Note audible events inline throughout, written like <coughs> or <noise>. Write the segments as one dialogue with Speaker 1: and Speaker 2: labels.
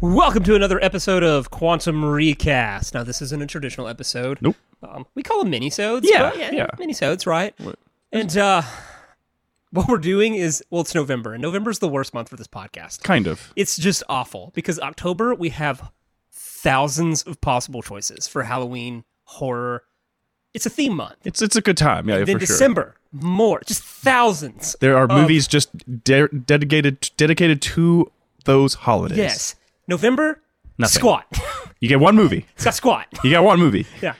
Speaker 1: Welcome to another episode of Quantum Recast. Now, this isn't a traditional episode.
Speaker 2: Nope.
Speaker 1: Um, we call them minisodes.
Speaker 2: Yeah,
Speaker 1: but
Speaker 2: yeah.
Speaker 1: Minisodes, right? And uh, what we're doing is, well, it's November, and November's the worst month for this podcast.
Speaker 2: Kind of.
Speaker 1: It's just awful because October, we have thousands of possible choices for Halloween, horror. It's a theme month.
Speaker 2: It's it's a good time. Yeah,
Speaker 1: then
Speaker 2: for sure.
Speaker 1: December, more, just thousands.
Speaker 2: There are movies just de- dedicated dedicated to those holidays.
Speaker 1: Yes. November,
Speaker 2: Nothing.
Speaker 1: squat. <laughs>
Speaker 2: You get one movie.
Speaker 1: it's got squat.
Speaker 2: You got one movie.
Speaker 1: Yeah.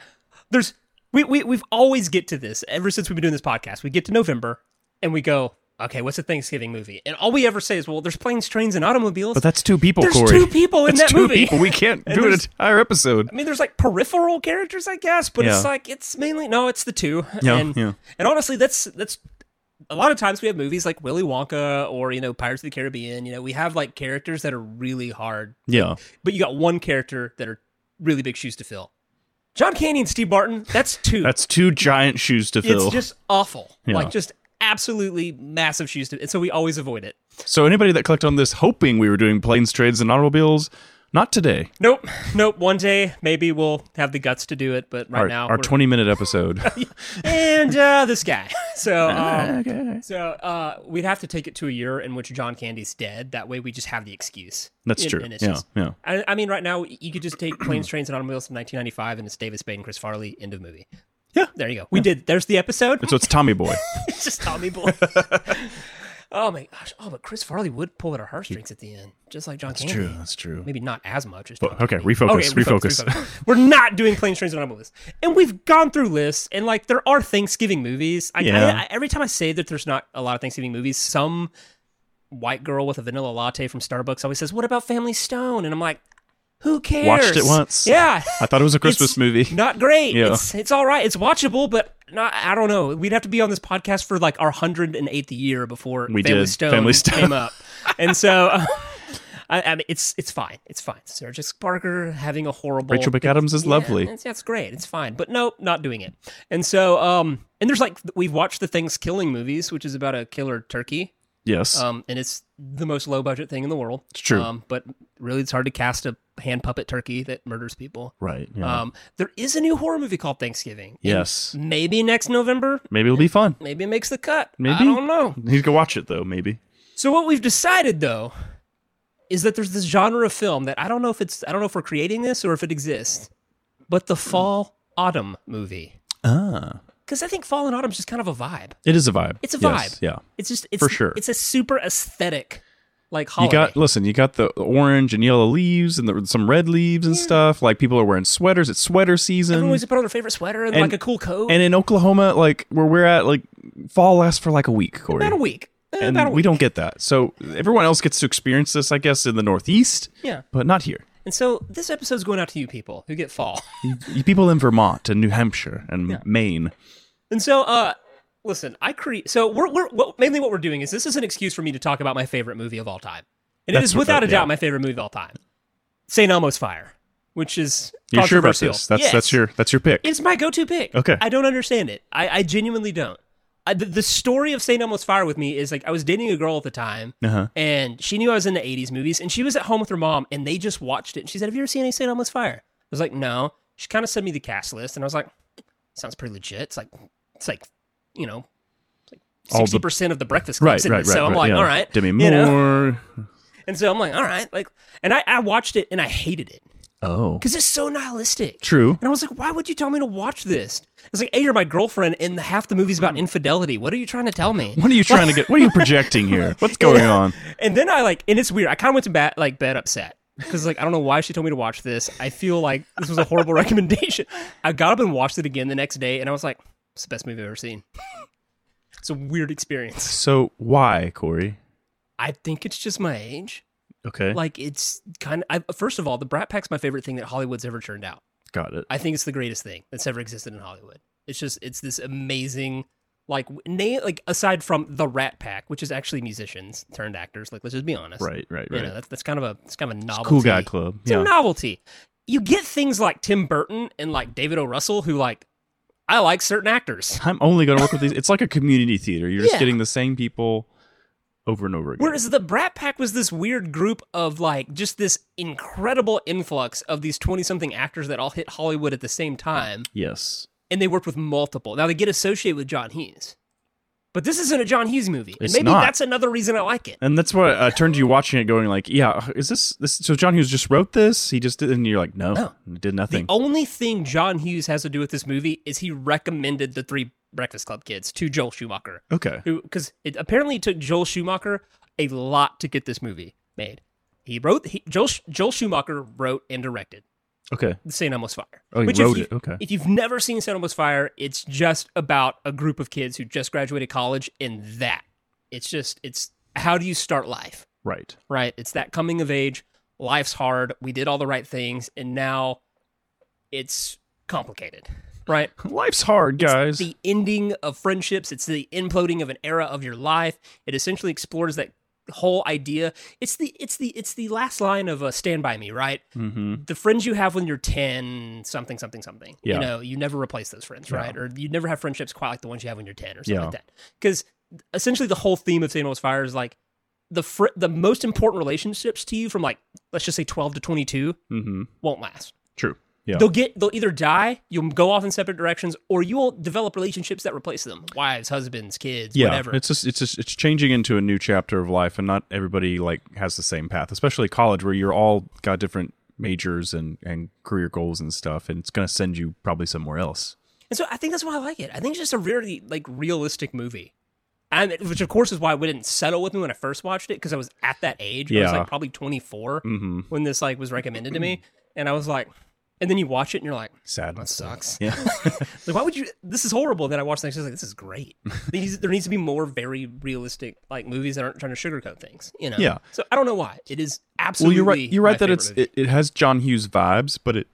Speaker 1: There's we, we we've always get to this ever since we've been doing this podcast. We get to November and we go, okay, what's a Thanksgiving movie? And all we ever say is, well, there's planes, trains, and automobiles.
Speaker 2: But that's two people,
Speaker 1: There's
Speaker 2: Corey.
Speaker 1: two people in
Speaker 2: That's
Speaker 1: that
Speaker 2: two
Speaker 1: movie.
Speaker 2: people. We can't
Speaker 1: And
Speaker 2: do an
Speaker 1: there's-
Speaker 2: entire episode.
Speaker 1: I mean, there's like peripheral characters, I guess, but
Speaker 2: Yeah.
Speaker 1: it's like it's mainly no, it's the two.
Speaker 2: Yeah,
Speaker 1: and,
Speaker 2: yeah.
Speaker 1: And honestly, that's that's a lot of times we have movies like Willy Wonka or you know Pirates of the Caribbean. You know, we have like characters that are really hard
Speaker 2: Yeah.
Speaker 1: but you got one character that are really big shoes to fill. John Candy and Steve Barton, that's two.
Speaker 2: <laughs> That's two giant shoes to
Speaker 1: it's
Speaker 2: fill.
Speaker 1: just awful.
Speaker 2: Yeah.
Speaker 1: Like just absolutely massive shoes to and so we always avoid it.
Speaker 2: so anybody that clicked on this hoping we were doing planes, trades, and automobiles, not today.
Speaker 1: Nope. Nope. One day maybe we'll have the guts to do it, but right
Speaker 2: our
Speaker 1: now
Speaker 2: our
Speaker 1: we're-
Speaker 2: twenty
Speaker 1: <laughs>
Speaker 2: minute episode.
Speaker 1: and uh, this guy. <laughs>
Speaker 2: <laughs>
Speaker 1: So um,
Speaker 2: okay.
Speaker 1: so uh, we'd have to take it to a year in which John Candy's dead. That way we just have the excuse.
Speaker 2: That's
Speaker 1: And-
Speaker 2: true.
Speaker 1: and it's
Speaker 2: yeah.
Speaker 1: just-
Speaker 2: Yeah.
Speaker 1: I, I mean, right now you could just take <clears throat> planes, trains, and automobiles from 1995, and it's Davis Spade and Chris Farley. End of movie.
Speaker 2: Yeah.
Speaker 1: there you go. We did. There's the episode.
Speaker 2: So it's Tommy Boy.
Speaker 1: It's just Tommy
Speaker 2: <laughs>
Speaker 1: Boy. oh my gosh! Oh, but Chris Farley would pull at our heartstrings at the end, just like John Candy.
Speaker 2: That's true.
Speaker 1: Maybe not as much as. John
Speaker 2: But, okay,
Speaker 1: Candy.
Speaker 2: refocus,
Speaker 1: <laughs>
Speaker 2: refocus.
Speaker 1: We're not doing plane trains and automobiles, and we've gone through lists, and like there are Thanksgiving movies. I,
Speaker 2: Yeah.
Speaker 1: I, I- every time I say that there's not a lot of Thanksgiving movies, some white girl with a vanilla latte from Starbucks always says, "What about Family Stone?" And I'm like, "Who cares?"
Speaker 2: Watched it once. <laughs>
Speaker 1: Yeah.
Speaker 2: I thought it was a Christmas
Speaker 1: It's
Speaker 2: movie.
Speaker 1: <laughs> Not great.
Speaker 2: Yeah.
Speaker 1: It's it's all right. It's watchable, but not. I don't know. We'd have to be on this podcast for like our hundred and eighth year before
Speaker 2: We
Speaker 1: Family
Speaker 2: did.
Speaker 1: Stone
Speaker 2: Family Stone.
Speaker 1: came
Speaker 2: <laughs>
Speaker 1: up, and so. <laughs> uh, I, I mean, it's it's fine. It's fine. Sarah Jessica Parker having a horrible.
Speaker 2: Rachel McAdams is
Speaker 1: Yeah, Um,
Speaker 2: lovely.
Speaker 1: It's, that's great. It's fine. But no, not doing it. And so, um, and there's like we've watched the Things Killing movies, which is about a killer turkey.
Speaker 2: Yes.
Speaker 1: Um, and it's the most low budget thing in the world. It's
Speaker 2: true.
Speaker 1: Um, but really, it's hard to cast a hand puppet turkey that murders people.
Speaker 2: right.
Speaker 1: Um, there is a new horror movie called Thanksgiving. And
Speaker 2: yes.
Speaker 1: Maybe next November.
Speaker 2: Maybe it'll be fun.
Speaker 1: Maybe it makes the cut. I
Speaker 2: Maybe.
Speaker 1: don't know.
Speaker 2: You can watch it though, maybe.
Speaker 1: So what we've decided though is that there's this genre of film that I don't know if it's I don't know if we're creating this or if it exists, but the fall autumn movie.
Speaker 2: Ah,
Speaker 1: Because I think fall and autumn's just kind of a vibe.
Speaker 2: it is a vibe.
Speaker 1: It's a
Speaker 2: Yes,
Speaker 1: vibe.
Speaker 2: yeah,
Speaker 1: It's just it's
Speaker 2: For sure.
Speaker 1: It's a super aesthetic like
Speaker 2: you
Speaker 1: holiday.
Speaker 2: got listen. You got the orange and yellow leaves and the, some red leaves and stuff. Like people are wearing sweaters. It's sweater season.
Speaker 1: Everyone always put on their favorite sweater and,
Speaker 2: And-
Speaker 1: like a cool coat.
Speaker 2: and in Oklahoma, like where we're at, like fall lasts for like a week, Corey.
Speaker 1: about a week. Eh,
Speaker 2: And
Speaker 1: about a week.
Speaker 2: we don't get that. So everyone else gets to experience this, I guess, in the Northeast.
Speaker 1: Yeah.
Speaker 2: but not here.
Speaker 1: And so this episode's going out to you people who get fall.
Speaker 2: You people in Vermont and New Hampshire and Maine.
Speaker 1: And so, uh, listen, I create. So we're we're well, mainly what we're doing is this is an excuse for me to talk about my favorite movie of all time, and it
Speaker 2: That's
Speaker 1: is
Speaker 2: what-
Speaker 1: without a
Speaker 2: yeah.
Speaker 1: doubt my favorite movie of all time, Saint Elmo's Fire, which is
Speaker 2: You're sure about
Speaker 1: controversial.
Speaker 2: this? That's
Speaker 1: Yes.
Speaker 2: that's your that's your pick.
Speaker 1: It's my go-to pick.
Speaker 2: Okay.
Speaker 1: I don't understand it. I, I genuinely don't. I, the, the story of Saint Elmo's Fire with me is like I was dating a girl at the time,
Speaker 2: Uh-huh.
Speaker 1: and she knew I was into '80s movies, and she was at home with her mom, and they just watched it. And she said, "Have you ever seen any Saint Elmo's Fire?" I was like, "No." She kind of sent me the cast list, and I was like, "Sounds pretty legit." It's like, it's like, you know,
Speaker 2: All the-
Speaker 1: sixty percent of the Breakfast Club.
Speaker 2: right,
Speaker 1: in
Speaker 2: right, right.
Speaker 1: it. So I'm
Speaker 2: right,
Speaker 1: like,
Speaker 2: yeah.
Speaker 1: "All right,
Speaker 2: Demi Moore.
Speaker 1: you know? <laughs> And so I'm like, "All right," like, and I, I watched it, and I hated it
Speaker 2: Oh,
Speaker 1: because it's so nihilistic.
Speaker 2: true.
Speaker 1: And I was like, why would you tell me to watch this? It's like, hey, you're my girlfriend, and half the movie's about infidelity. What are you trying to tell
Speaker 2: <laughs>
Speaker 1: me?
Speaker 2: What are you trying to get? What are you
Speaker 1: <laughs>
Speaker 2: projecting here? What's going on?
Speaker 1: And then I like, and it's weird. I kind of went to bat, like bed upset because like I don't know why she told me to watch this. I feel like this was a horrible <laughs> recommendation. I got up and watched it again the next day, and I was like, it's the best movie I've ever seen. it's a weird experience.
Speaker 2: So why, Corey?
Speaker 1: I think it's just my age.
Speaker 2: Okay,
Speaker 1: Like it's kind of. I, first of all, the Brat Pack's my favorite thing that Hollywood's ever turned out.
Speaker 2: got it.
Speaker 1: I think it's the greatest thing that's ever existed in Hollywood. It's just it's this amazing like name like aside from the Rat Pack, which is actually musicians turned actors. Like let's just be honest,
Speaker 2: Right, right,
Speaker 1: You
Speaker 2: right.
Speaker 1: know, that's that's kind of a it's kind of a novelty.
Speaker 2: cool guy club.
Speaker 1: It's a novelty. You get things like Tim Burton and like David O. Russell, who like I like certain actors. <laughs>
Speaker 2: I'm only going to work with these. It's like a community theater. You're just
Speaker 1: Yeah.
Speaker 2: getting the same people over and over again.
Speaker 1: Whereas the Brat Pack was this weird group of like just this incredible influx of these 20 something actors that all hit Hollywood at the same time
Speaker 2: yes.
Speaker 1: and they worked with multiple. Now they get associated with John Hughes. But this isn't a John Hughes movie. and
Speaker 2: It's
Speaker 1: maybe
Speaker 2: not.
Speaker 1: that's another reason I like it.
Speaker 2: And that's what uh, turned to you watching it, going like, "Yeah, is this this?" So John Hughes just wrote this. He just did, and you're like, "No,
Speaker 1: No.
Speaker 2: he did nothing."
Speaker 1: The only thing John Hughes has to do with this movie is he recommended the three Breakfast Club kids to Joel Schumacher,
Speaker 2: okay,
Speaker 1: who because it apparently took Joel Schumacher a lot to get this movie made. He wrote he, Joel Sch- Joel Schumacher wrote and directed
Speaker 2: okay.
Speaker 1: The St. Elmo's Fire.
Speaker 2: Oh, he
Speaker 1: Which
Speaker 2: wrote
Speaker 1: if you,
Speaker 2: it. Okay.
Speaker 1: If you've never seen St. Elmo's Fire, it's just about a group of kids who just graduated college and that. It's just it's how do you start life?
Speaker 2: Right.
Speaker 1: right? It's that coming of age. Life's hard. We did all the right things, and now it's complicated,
Speaker 2: <laughs>
Speaker 1: right?
Speaker 2: Life's hard, guys.
Speaker 1: The ending of friendships. It's the imploding of an era of your life. It essentially explores that whole idea. It's the it's the it's the last line of uh, Stand by Me, right?
Speaker 2: mm-hmm.
Speaker 1: The friends you have when you're ten, something, something, something.
Speaker 2: Yeah.
Speaker 1: You know, you never replace those friends,
Speaker 2: Yeah.
Speaker 1: right? Or you never have friendships quite like the ones you have when you're ten, or something
Speaker 2: Yeah.
Speaker 1: like that. Because essentially, the whole theme of St. Elmo's Fire is like the fr- the most important relationships to you from like let's just say twelve to twenty two
Speaker 2: Mm-hmm.
Speaker 1: won't last.
Speaker 2: True. Yeah.
Speaker 1: They'll get they'll either die, you'll go off in separate directions, or you'll develop relationships that replace them. Wives, husbands, kids,
Speaker 2: yeah.
Speaker 1: whatever.
Speaker 2: It's just it's just it's changing into a new chapter of life, and not everybody like has the same path, especially college where you're all got different majors and and career goals and stuff, and it's gonna send you probably somewhere else.
Speaker 1: And so I think that's why I like it. I think it's just a really like realistic movie. And it- which of course is why it didn't settle with me when I first watched it because I was at that age. I was
Speaker 2: Yeah.
Speaker 1: like probably 24
Speaker 2: Mm-hmm.
Speaker 1: when this like was recommended to me and I was like and then you watch it and you're like
Speaker 2: Sad.
Speaker 1: that sucks.
Speaker 2: Yeah.
Speaker 1: <laughs> Like why would you this is horrible then I watched the next day, I was like this is great.
Speaker 2: <laughs>
Speaker 1: there needs there needs to be more very realistic like movies that aren't trying to sugarcoat things, you know.
Speaker 2: Yeah.
Speaker 1: So I don't know why. It is
Speaker 2: well,
Speaker 1: absolutely
Speaker 2: you're right. You're
Speaker 1: my
Speaker 2: right that
Speaker 1: favorite
Speaker 2: it's
Speaker 1: movie.
Speaker 2: it, it has John Hughes vibes, but it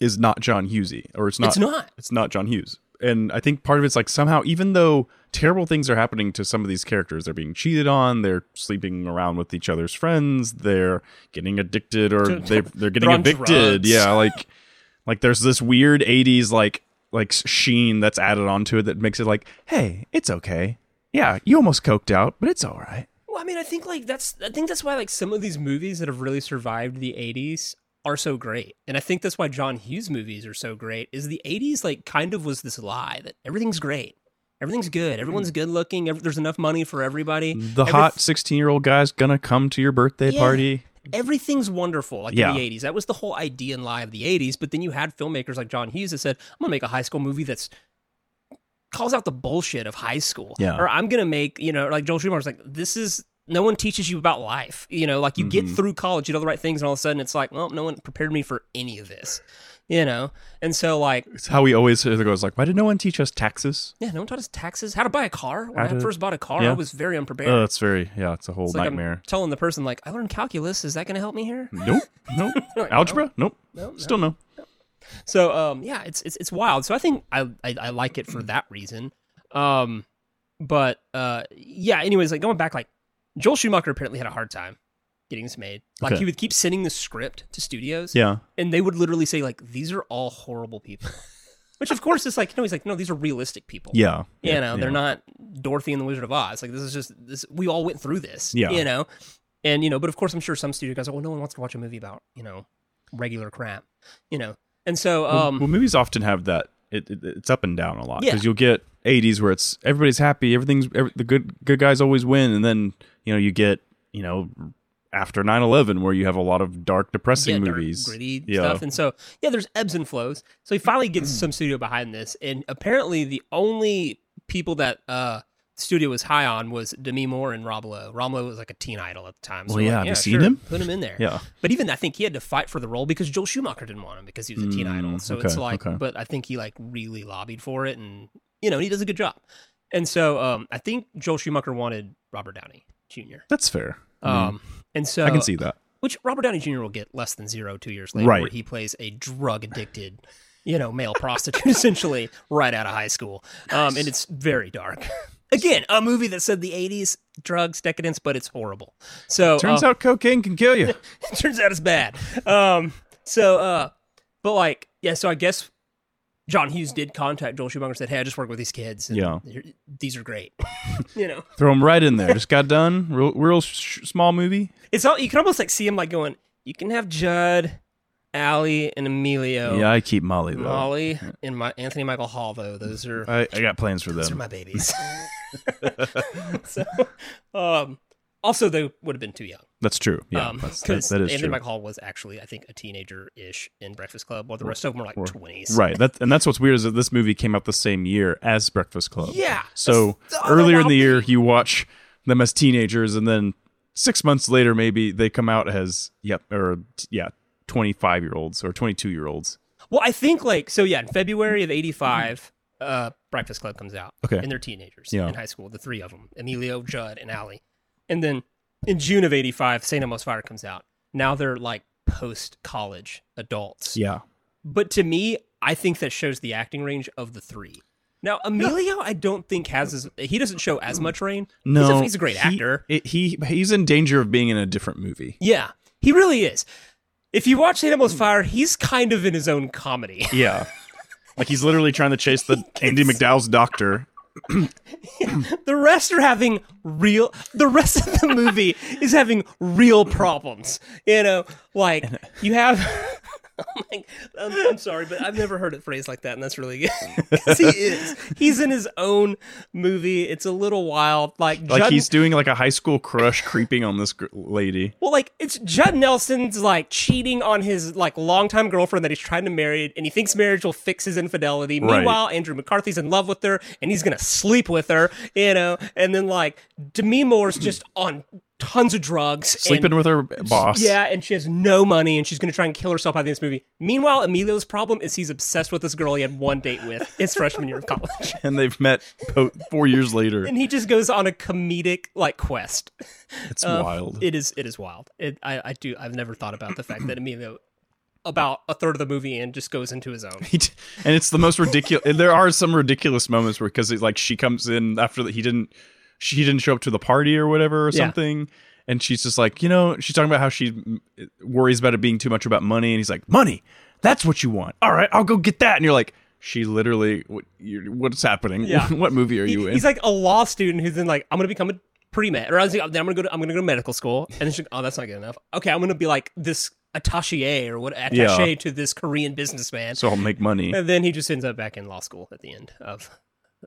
Speaker 2: is not John Hughesy, or it's not.
Speaker 1: it's not.
Speaker 2: it's not John Hughes. And I think part of it's like somehow, even though terrible things are happening to some of these characters, they're being cheated on, they're sleeping around with each other's friends, they're getting addicted or they're they're getting
Speaker 1: on
Speaker 2: evicted.
Speaker 1: drugs. <laughs>
Speaker 2: Yeah, like like there's this weird '80s like like sheen that's added onto it that makes it like, hey, it's okay. Yeah, you almost coked out, but it's all right.
Speaker 1: Well, I mean, I think like that's I think that's why like some of these movies that have really survived the '80s are so great, and I think that's why John Hughes movies are so great. Is the '80s like kind of was this lie that everything's great, everything's good, everyone's good looking, ev there's enough money for everybody,
Speaker 2: Mm. The
Speaker 1: everyth-
Speaker 2: hot 16 year old guy's gonna come to your birthday
Speaker 1: Yeah.
Speaker 2: party.
Speaker 1: everything's wonderful. Like
Speaker 2: Yeah.
Speaker 1: in the '80s, that was the whole idea and lie of the '80s. But then you had filmmakers like John Hughes that said, "I'm gonna make a high school movie that's." Calls out the bullshit of high school,
Speaker 2: Yeah.
Speaker 1: or I'm gonna make you know like Joel Schumacher's like this is no one teaches you about life, you know like you
Speaker 2: Mm-hmm.
Speaker 1: get through college, you know the right things, and all of a sudden it's like well no one prepared me for any of this, you know, and so like
Speaker 2: It's how he always goes like, why did no one teach us taxes?
Speaker 1: yeah no one taught us taxes, how to buy a car. When
Speaker 2: How
Speaker 1: I
Speaker 2: to-
Speaker 1: first bought a car,
Speaker 2: yeah.
Speaker 1: I was very unprepared.
Speaker 2: Oh, it's very yeah, it's a whole
Speaker 1: it's like
Speaker 2: nightmare.
Speaker 1: I'm telling the person like I learned calculus, is that gonna help me here?
Speaker 2: Nope.
Speaker 1: <laughs>
Speaker 2: Nope. Algebra? Nope.
Speaker 1: No, no.
Speaker 2: Still no.
Speaker 1: So um, yeah, it's it's it's wild. So I think I I, I like it for that reason. Um, but uh, yeah. Anyways, like going back, like Joel Schumacher apparently had a hard time getting this made. Like
Speaker 2: Okay.
Speaker 1: he would keep sending the script to studios,
Speaker 2: Yeah.
Speaker 1: and they would literally say like these are all horrible
Speaker 2: <laughs>
Speaker 1: people. Which of course is like no, he's like no, these are realistic people.
Speaker 2: Yeah.
Speaker 1: You know,
Speaker 2: yeah.
Speaker 1: they're not Dorothy and the Wizard of Oz. Like this is just this. We all went through this.
Speaker 2: Yeah.
Speaker 1: You know, and you know, but of course, I'm sure some studio guys are. Well, no one wants to watch a movie about you know regular crap. You know, and so
Speaker 2: Well,
Speaker 1: um,
Speaker 2: well, movies often have that. It, it, it's up and down a lot
Speaker 1: Yeah.
Speaker 2: because you'll get 80s where it's everybody's happy, everything's every, the good good guys always win, and then you know you get you know after 9/11 where you have a lot of dark, depressing
Speaker 1: dark,
Speaker 2: movies.
Speaker 1: gritty
Speaker 2: Yeah. Mm.
Speaker 1: stuff. And so, yeah, there's ebbs and flows. So he finally gets some studio behind this, and apparently the only people that uh studio was high on was Demi Moore and Rob Lowe. Rob Lowe was like a teen idol at the time. So
Speaker 2: Well, yeah,
Speaker 1: like,
Speaker 2: have you
Speaker 1: yeah,
Speaker 2: seen
Speaker 1: sure,
Speaker 2: him?
Speaker 1: Put him in there.
Speaker 2: Yeah.
Speaker 1: But even I think he had to fight for the role because Joel Schumacher didn't want him because he was a teen
Speaker 2: Mm,
Speaker 1: idol. So
Speaker 2: okay,
Speaker 1: it's like,
Speaker 2: okay.
Speaker 1: but I think he like really lobbied for it, and you know, he does a good job. And so um I think Joel Schumacher wanted Robert Downey Jr.
Speaker 2: That's fair. I, mean,
Speaker 1: Um, and so
Speaker 2: Mm. I can see that.
Speaker 1: which Robert Downey Jr. will get less than zero two years later,
Speaker 2: Right.
Speaker 1: where he plays a drug addicted, you know, male prostitute <laughs> essentially right out of high school. Um, and it's very dark. <laughs> Again, a movie that said the '80s drugs decadence, but it's horrible. So
Speaker 2: Turns out cocaine can
Speaker 1: <laughs>
Speaker 2: kill you.
Speaker 1: out, turns out it's bad. Um, so, uh, but like, yeah. So I guess John Hughes did contact Joel Schumacher and said, "Hey, I just work with these kids. and
Speaker 2: Yeah.
Speaker 1: they're- these are
Speaker 2: <laughs>
Speaker 1: great." you know,
Speaker 2: Throw him right in there. Just got done. Real, real sh- small
Speaker 1: <laughs>
Speaker 2: movie.
Speaker 1: it's all you can almost like see him like going, "You can have Judd, Allie, and Emilio,
Speaker 2: Yeah, I keep Molly though.
Speaker 1: Molly, and my Anthony Michael Hall though. Those are
Speaker 2: I, I got plans for
Speaker 1: those are
Speaker 2: them.
Speaker 1: my
Speaker 2: <laughs>
Speaker 1: babies." <laughs> so, um, also they would have been too young.
Speaker 2: That's true. Yeah,
Speaker 1: um,
Speaker 2: that's, that,
Speaker 1: because
Speaker 2: that is
Speaker 1: Anthony
Speaker 2: true.
Speaker 1: Michael Hall was actually, I think, a teenager ish in Breakfast Club, while the rest of them were like
Speaker 2: Or-
Speaker 1: twenties.
Speaker 2: Right. That and that's what's weird is that this movie came out the same year as Breakfast Club.
Speaker 1: Yeah.
Speaker 2: So
Speaker 1: That's the other
Speaker 2: earlier in
Speaker 1: wild
Speaker 2: the year,
Speaker 1: thing.
Speaker 2: you watch them as teenagers, and then six months later, maybe they come out as yep or t- yeah, twenty five year olds or twenty two year olds.
Speaker 1: Well, I think like so.
Speaker 2: Mm-hmm.
Speaker 1: Yeah, in February of '85, uh, Breakfast Club comes out.
Speaker 2: Okay.
Speaker 1: and they're teenagers
Speaker 2: Yeah.
Speaker 1: in high school. The three of them: Emilio, Judd, and Allie. And then in June of '85, Saint Elmo's Fire comes out. Now they're like post college adults.
Speaker 2: Yeah.
Speaker 1: But to me, I think that shows the acting range of the three. Now Emilio, I don't think has as he doesn't show as much range.
Speaker 2: Mm-hmm. No,
Speaker 1: he's a, he's a great
Speaker 2: he-
Speaker 1: actor.
Speaker 2: It, he he's in danger of being in a different movie.
Speaker 1: Yeah, he really is. If you watch Saint
Speaker 2: Mm.
Speaker 1: Elmo's Fire, he's kind of in his own comedy.
Speaker 2: Yeah. like he's literally trying to
Speaker 1: <laughs>
Speaker 2: chase the Andy McDowell's doctor.
Speaker 1: The rest are having real. The rest of the
Speaker 2: <laughs>
Speaker 1: movie is having real problems. You know, like
Speaker 2: uh,
Speaker 1: you have. <laughs> Oh my- I'm, I'm sorry, but I've never heard it phrased like that, and that's really good. <laughs> 'Cause he is. He's in his own movie. It's a little wild. Like,
Speaker 2: Like
Speaker 1: Judd,
Speaker 2: he's doing like a high school crush creeping on this gr- lady.
Speaker 1: well, like it's Judd Nelson's like cheating on his like longtime girlfriend that he's trying to marry, and he thinks marriage will fix his infidelity.
Speaker 2: Right.
Speaker 1: Meanwhile, Andrew McCarthy's in love with her, and he's gonna sleep with her, you know. And then like Demi
Speaker 2: <clears throat>
Speaker 1: Moore's just on tons of drugs,
Speaker 2: Sleeping
Speaker 1: and,
Speaker 2: with her boss.
Speaker 1: yeah, and she has no money, and she's gonna try and kill herself by the end of this movie. Meanwhile, Emilio's problem is he's obsessed with this girl he had one date with his freshman year of
Speaker 2: <laughs>
Speaker 1: college,
Speaker 2: And they've met po- four years later.
Speaker 1: <laughs> and he just goes on a comedic like quest.
Speaker 2: It's
Speaker 1: Uh,
Speaker 2: wild.
Speaker 1: It is. It is wild. It, I, I do. I've never thought about the fact that Emilio, about a third of the movie in, just goes into his own.
Speaker 2: He t- and it's the most ridiculous. there are some ridiculous moments where because like she comes in after that he didn't she he didn't show up to the party or whatever or
Speaker 1: Yeah.
Speaker 2: something, and she's just like you know she's talking about how she mm, worries about it being too much about money, and he's like money, that's what you want. All right, I'll go get that, and you're like she literally what, you what's happening?
Speaker 1: Yeah.
Speaker 2: <laughs> what movie are you in?
Speaker 1: He's like a law student who's then like, I'm gonna become a pre med, or I was like, then I'm gonna go to I'm gonna go to medical school, and then she's like, oh, that's not good enough. Okay, I'm gonna be like this attaché or what attaché to this Korean businessman,
Speaker 2: so I'll
Speaker 1: <laughs>
Speaker 2: make money.
Speaker 1: and then he just ends up back in law school at the end of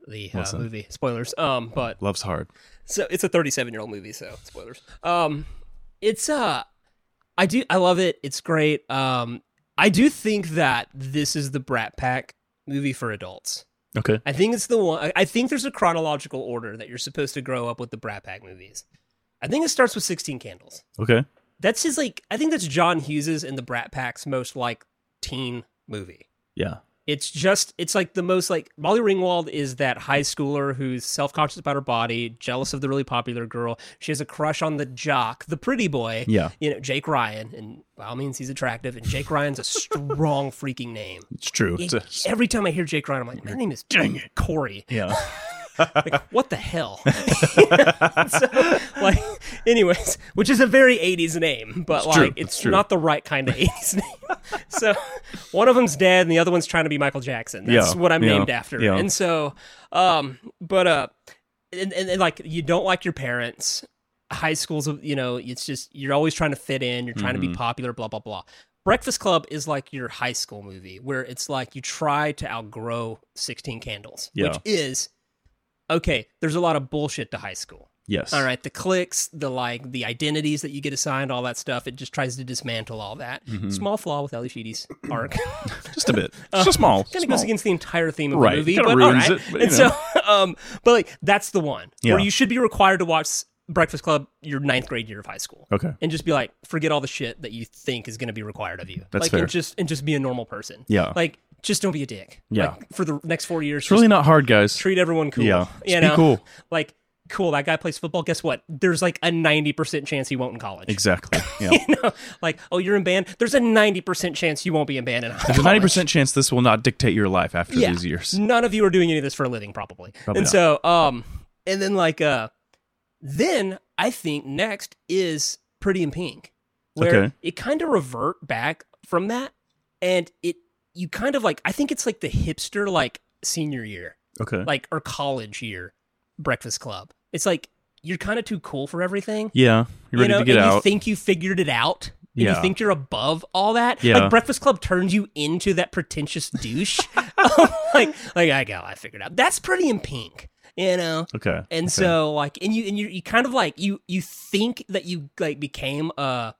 Speaker 1: the uh,
Speaker 2: Listen.
Speaker 1: movie. Spoilers. Um, but
Speaker 2: Love's hard.
Speaker 1: so it's a 37 year old movie so spoilers um it's uh i do i love it it's great um i do think that this is the brat pack movie for adults
Speaker 2: Okay.
Speaker 1: i think it's the one I- i think there's a chronological order that you're supposed to grow up with the brat pack movies i think it starts with 16 candles
Speaker 2: Okay.
Speaker 1: that's his like i think that's john hughes's and the brat pack's most like teen movie
Speaker 2: Yeah.
Speaker 1: it's just it's like the most like Molly Ringwald is that high schooler who's self conscious about her body, jealous of the really popular girl. She has a crush on the jock, the pretty boy.
Speaker 2: Yeah.
Speaker 1: You know, Jake Ryan, and by all means he's attractive, and Jake Ryan's a <laughs> strong freaking name.
Speaker 2: It's true. It's a-
Speaker 1: Every time I hear Jake Ryan, I'm like, my name is Corey. <laughs>
Speaker 2: yeah.
Speaker 1: Like, what the hell? <laughs> so, like, anyways, which is a very 80s name, but
Speaker 2: It's
Speaker 1: like,
Speaker 2: true. It's
Speaker 1: it's
Speaker 2: true.
Speaker 1: not the right kind of 80s <laughs> name. so, one of them's dead, and the other one's trying to be Michael Jackson. That's
Speaker 2: Yeah,
Speaker 1: what I'm
Speaker 2: yeah,
Speaker 1: named after.
Speaker 2: yeah.
Speaker 1: And so, um, but uh, and, and, and like, you don't like your parents. High schools, you know, it's just you're always trying to fit in. You're trying to
Speaker 2: Mm-hmm.
Speaker 1: be popular. Blah blah blah. Breakfast Club is like your high school movie where it's like you try to outgrow 16 Candles,
Speaker 2: Yeah.
Speaker 1: which is okay, there's a lot of bullshit to high school.
Speaker 2: Yes.
Speaker 1: All right, the cliques, the like, the identities that you get assigned, all that stuff. It just tries to dismantle all that.
Speaker 2: Mm-hmm.
Speaker 1: Small flaw with Ellie
Speaker 2: <clears throat>
Speaker 1: Sheedy's arc. <laughs>
Speaker 2: Just a bit.
Speaker 1: Uh,
Speaker 2: Just a small.
Speaker 1: kind of
Speaker 2: small.
Speaker 1: goes against the entire theme of
Speaker 2: Right,
Speaker 1: the movie,
Speaker 2: kinda
Speaker 1: but all
Speaker 2: ruins
Speaker 1: right.
Speaker 2: it, but, you
Speaker 1: and so, <laughs> um, but like that's the one where
Speaker 2: Yeah.
Speaker 1: you should be required to watch Breakfast Club your ninth grade year of high school.
Speaker 2: Okay.
Speaker 1: And just be like, forget all the shit that you think is going to be required of you.
Speaker 2: That's
Speaker 1: like,
Speaker 2: fair.
Speaker 1: And just and just be a normal person.
Speaker 2: Yeah.
Speaker 1: Like, just don't be a dick.
Speaker 2: Yeah.
Speaker 1: Like, for the next four years,
Speaker 2: It's really not hard, guys.
Speaker 1: treat everyone cool.
Speaker 2: Yeah.
Speaker 1: You
Speaker 2: Just be
Speaker 1: know?
Speaker 2: cool.
Speaker 1: <laughs> Like, cool, that guy plays football. Guess what? There's like a 90% chance he won't in college.
Speaker 2: Exactly. Yeah.
Speaker 1: <laughs> You know? Like, oh, you're in band? There's a 90% chance you won't be in band in
Speaker 2: There's a
Speaker 1: college.
Speaker 2: ninety percent chance this will not dictate your life after
Speaker 1: Yeah.
Speaker 2: these years.
Speaker 1: None of you are doing any of this for a living, probably.
Speaker 2: Probably
Speaker 1: and
Speaker 2: not.
Speaker 1: so, um, and then like, uh, then I think next is Pretty in Pink, where
Speaker 2: Okay.
Speaker 1: it kind of revert back from that, and it you kind of like I think it's like the hipster like senior year,
Speaker 2: Okay.
Speaker 1: like or college year breakfast club. It's like you're kind of too cool for everything.
Speaker 2: yeah. You're ready
Speaker 1: know,
Speaker 2: to get
Speaker 1: and
Speaker 2: out.
Speaker 1: you think you figured it out. And
Speaker 2: Yeah.
Speaker 1: You think you're above all that?
Speaker 2: Yeah.
Speaker 1: Like Breakfast Club turns you into that pretentious douche. <laughs> like, like I got, I figured it out. That's pretty in pink, you know.
Speaker 2: okay.
Speaker 1: And
Speaker 2: okay.
Speaker 1: so like and you and you, you kind of like you you think that you like became uh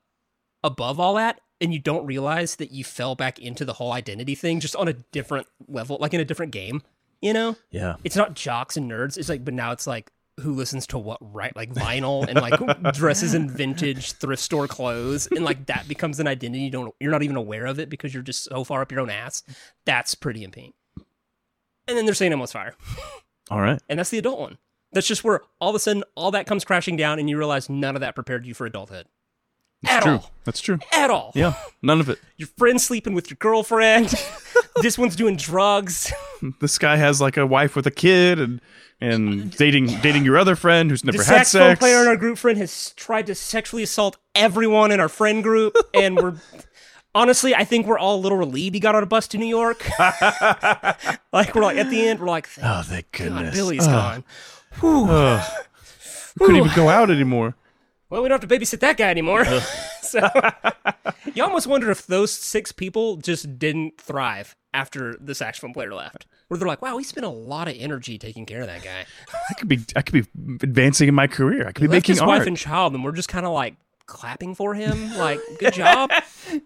Speaker 1: above all that and you don't realize that you fell back into the whole identity thing just on a different level like in a different game you know
Speaker 2: Yeah.
Speaker 1: it's not jocks and nerds it's like but now it's like who listens to what right like vinyl and
Speaker 2: <laughs>
Speaker 1: like dresses in vintage thrift store clothes and like that becomes an identity you don't you're not even aware of it because you're just so far up your own ass that's pretty in pain and then they're saying almost fire
Speaker 2: All right.
Speaker 1: and that's the adult one. That's just where all of a sudden all that comes crashing down, and you realize none of that prepared you for adulthood
Speaker 2: That's
Speaker 1: At
Speaker 2: true.
Speaker 1: all.
Speaker 2: That's true.
Speaker 1: at all.
Speaker 2: Yeah. None of it.
Speaker 1: Your friend's sleeping with your
Speaker 2: <laughs>
Speaker 1: girlfriend. this one's doing drugs.
Speaker 2: This guy has like a wife with a kid and and dating dating your other friend who's never
Speaker 1: The
Speaker 2: had
Speaker 1: saxophone
Speaker 2: sex.
Speaker 1: player in our group friend has tried to sexually assault everyone in our friend
Speaker 2: <laughs>
Speaker 1: group, and we're honestly, I think we're all a little relieved he got on a bus to New
Speaker 2: <laughs>
Speaker 1: York. like we're like at the end, we're like, thank
Speaker 2: oh, thank
Speaker 1: God,
Speaker 2: goodness.
Speaker 1: Billy's
Speaker 2: Ugh,
Speaker 1: gone.
Speaker 2: ugh. We couldn't even go out anymore.
Speaker 1: Well, we don't have to babysit that guy anymore. <laughs> so you almost wonder if those six people just didn't thrive after the saxophone player left. Where they're like, wow, we spent a lot of energy taking care of that guy.
Speaker 2: I could be I could be advancing in my career. I could be
Speaker 1: Left
Speaker 2: making
Speaker 1: his wife
Speaker 2: art.
Speaker 1: and child, and we're just kind of like clapping for him. Like, good
Speaker 2: <laughs>
Speaker 1: job.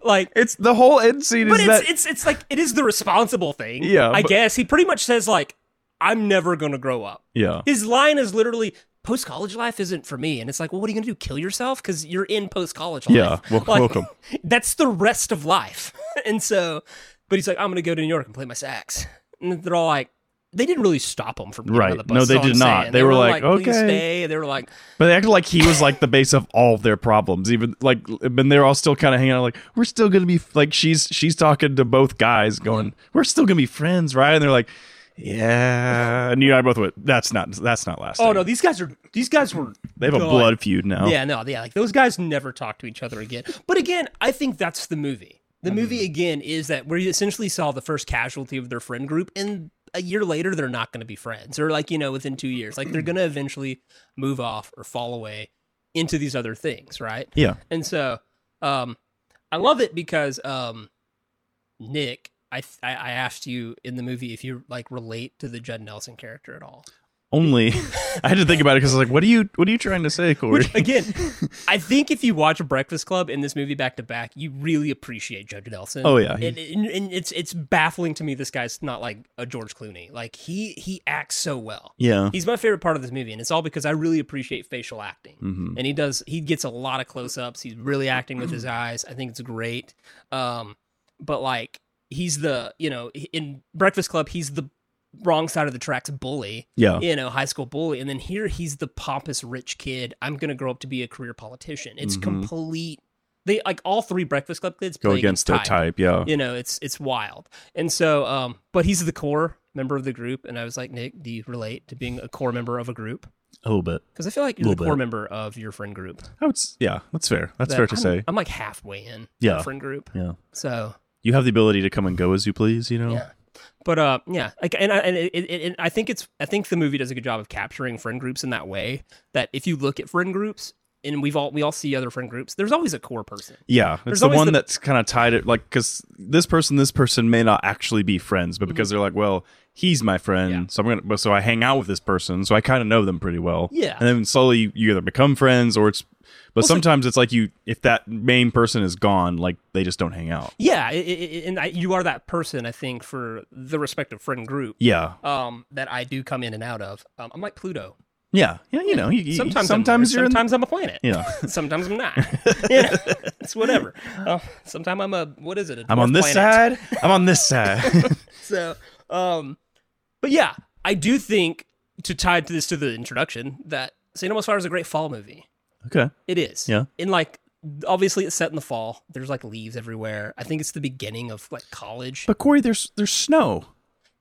Speaker 1: like,
Speaker 2: it's the whole end scene
Speaker 1: but
Speaker 2: is
Speaker 1: it's,
Speaker 2: that
Speaker 1: it's it's like it is the responsible thing.
Speaker 2: Yeah,
Speaker 1: I
Speaker 2: but-
Speaker 1: guess he pretty much says like, I'm never gonna grow up.
Speaker 2: yeah.
Speaker 1: His line is literally post college life isn't for me, and it's like, well, what are you gonna do? Kill yourself because you're in post college life.
Speaker 2: Yeah, wel-
Speaker 1: Like,
Speaker 2: welcome.
Speaker 1: <laughs> That's the rest of life, <laughs> and so, but he's like, I'm gonna go to New York and play my sax, and they're all like. They didn't really stop him from getting on
Speaker 2: Right.
Speaker 1: the bus.
Speaker 2: No,
Speaker 1: is
Speaker 2: they
Speaker 1: all I'm
Speaker 2: did not.
Speaker 1: saying.
Speaker 2: They were like,
Speaker 1: "Please
Speaker 2: okay."
Speaker 1: stay. They were like,
Speaker 2: But they acted like he was like the base of all of their problems. Even like, and they're all still kind of hanging out. Like, we're still gonna be like, she's she's talking to both guys, going, "We're still gonna be friends, right?" And they're like, "Yeah." And you and I both went, "That's not that's not lasting."
Speaker 1: oh no, these guys are these guys were
Speaker 2: they have a
Speaker 1: God.
Speaker 2: blood feud now.
Speaker 1: Yeah, no, yeah, like those guys never talk to each other again. But again, I think that's the movie. The movie again is that where you essentially saw the first casualty of their friend group, and a year later they're not going to be friends, or like you know within two years, like they're going to eventually move off or fall away into these other things, right?
Speaker 2: Yeah.
Speaker 1: And so, um, I love it because um, Nick, I, th- I I asked you in the movie if you like relate to the Judd Nelson character at all.
Speaker 2: Only, <laughs> I had to think about it because I was like, "What are you What are you trying to say, Corey?"
Speaker 1: Which
Speaker 2: <laughs>
Speaker 1: again, I think if you watch Breakfast Club and this movie back to back, you really appreciate Judge Nelson.
Speaker 2: Oh, yeah.
Speaker 1: and, and, and it's it's baffling to me this guy's not like a George Clooney. Like he he acts so well.
Speaker 2: yeah.
Speaker 1: He's my favorite part of this movie, and it's all because I really appreciate facial acting.
Speaker 2: Hmm. Mm-hmm.
Speaker 1: And he does he gets a lot of close ups. He's really acting with his eyes. I think it's great. Um, but like he's the you know in Breakfast Club he's the wrong side of the tracks bully
Speaker 2: Yeah.
Speaker 1: you know, high school bully. And then here he's the pompous rich kid. I'm going to grow up to be a career politician. It's
Speaker 2: Mhm.
Speaker 1: complete. They like all three Breakfast Club kids
Speaker 2: Go
Speaker 1: play
Speaker 2: against their
Speaker 1: type.
Speaker 2: type. Yeah.
Speaker 1: You know, it's it's wild. And so, um, but he's the core member of the group. And I was like, Nick, do you relate to being a core member of a group?
Speaker 2: A little bit.
Speaker 1: Because I feel like you're the
Speaker 2: Little
Speaker 1: core
Speaker 2: bit.
Speaker 1: member of your friend group.
Speaker 2: I would. s- Yeah. That's fair. That's
Speaker 1: That
Speaker 2: fair to
Speaker 1: I'm,
Speaker 2: say.
Speaker 1: I'm like halfway in.
Speaker 2: Yeah.
Speaker 1: my friend group.
Speaker 2: Yeah.
Speaker 1: So
Speaker 2: You have the ability to come and go as you please. You know.
Speaker 1: Yeah. But uh, yeah, like, and I, and it, it, it, I think it's I think the movie does a good job of capturing friend groups in that way. That if you look at friend groups, and we've all we all see other friend groups, there's always a core person.
Speaker 2: Yeah, it's
Speaker 1: There's
Speaker 2: the
Speaker 1: always
Speaker 2: one
Speaker 1: the-
Speaker 2: that's kind of tied it like because this person, this person may not actually be friends, but because they're like, well, he's my friend,
Speaker 1: Mm-hmm. Yeah.
Speaker 2: so I'm gonna, but so I hang out with this person, so I kind of know them pretty well.
Speaker 1: Yeah.
Speaker 2: and then slowly you, you either become friends or it's, but sometimes it's like you if that main person is gone, like they just don't hang out.
Speaker 1: Yeah, i i i- and I, you are that person. I think for the respective friend group,
Speaker 2: Yeah,
Speaker 1: um, that I do come in and out of. Um, I'm like Pluto.
Speaker 2: yeah, yeah. You know, you, you-
Speaker 1: Sometimes,
Speaker 2: sometimes
Speaker 1: I'm,
Speaker 2: you're
Speaker 1: sometimes I'm a planet.
Speaker 2: in, yeah.
Speaker 1: <laughs> Sometimes I'm
Speaker 2: <laughs>
Speaker 1: not. You know, it's whatever. Uh, sometimes I'm a what is it? A
Speaker 2: I'm on
Speaker 1: dwarf
Speaker 2: this
Speaker 1: planet.
Speaker 2: side. I'm on this
Speaker 1: <laughs>
Speaker 2: side.
Speaker 1: So, um, but yeah, I do think to tie this to the introduction that St. Almost Fire is a great fall movie.
Speaker 2: okay.
Speaker 1: It is.
Speaker 2: Yeah.
Speaker 1: And like, obviously, it's set in the fall. There's like leaves everywhere. I think it's the beginning of like college.
Speaker 2: But Corey, there's there's snow.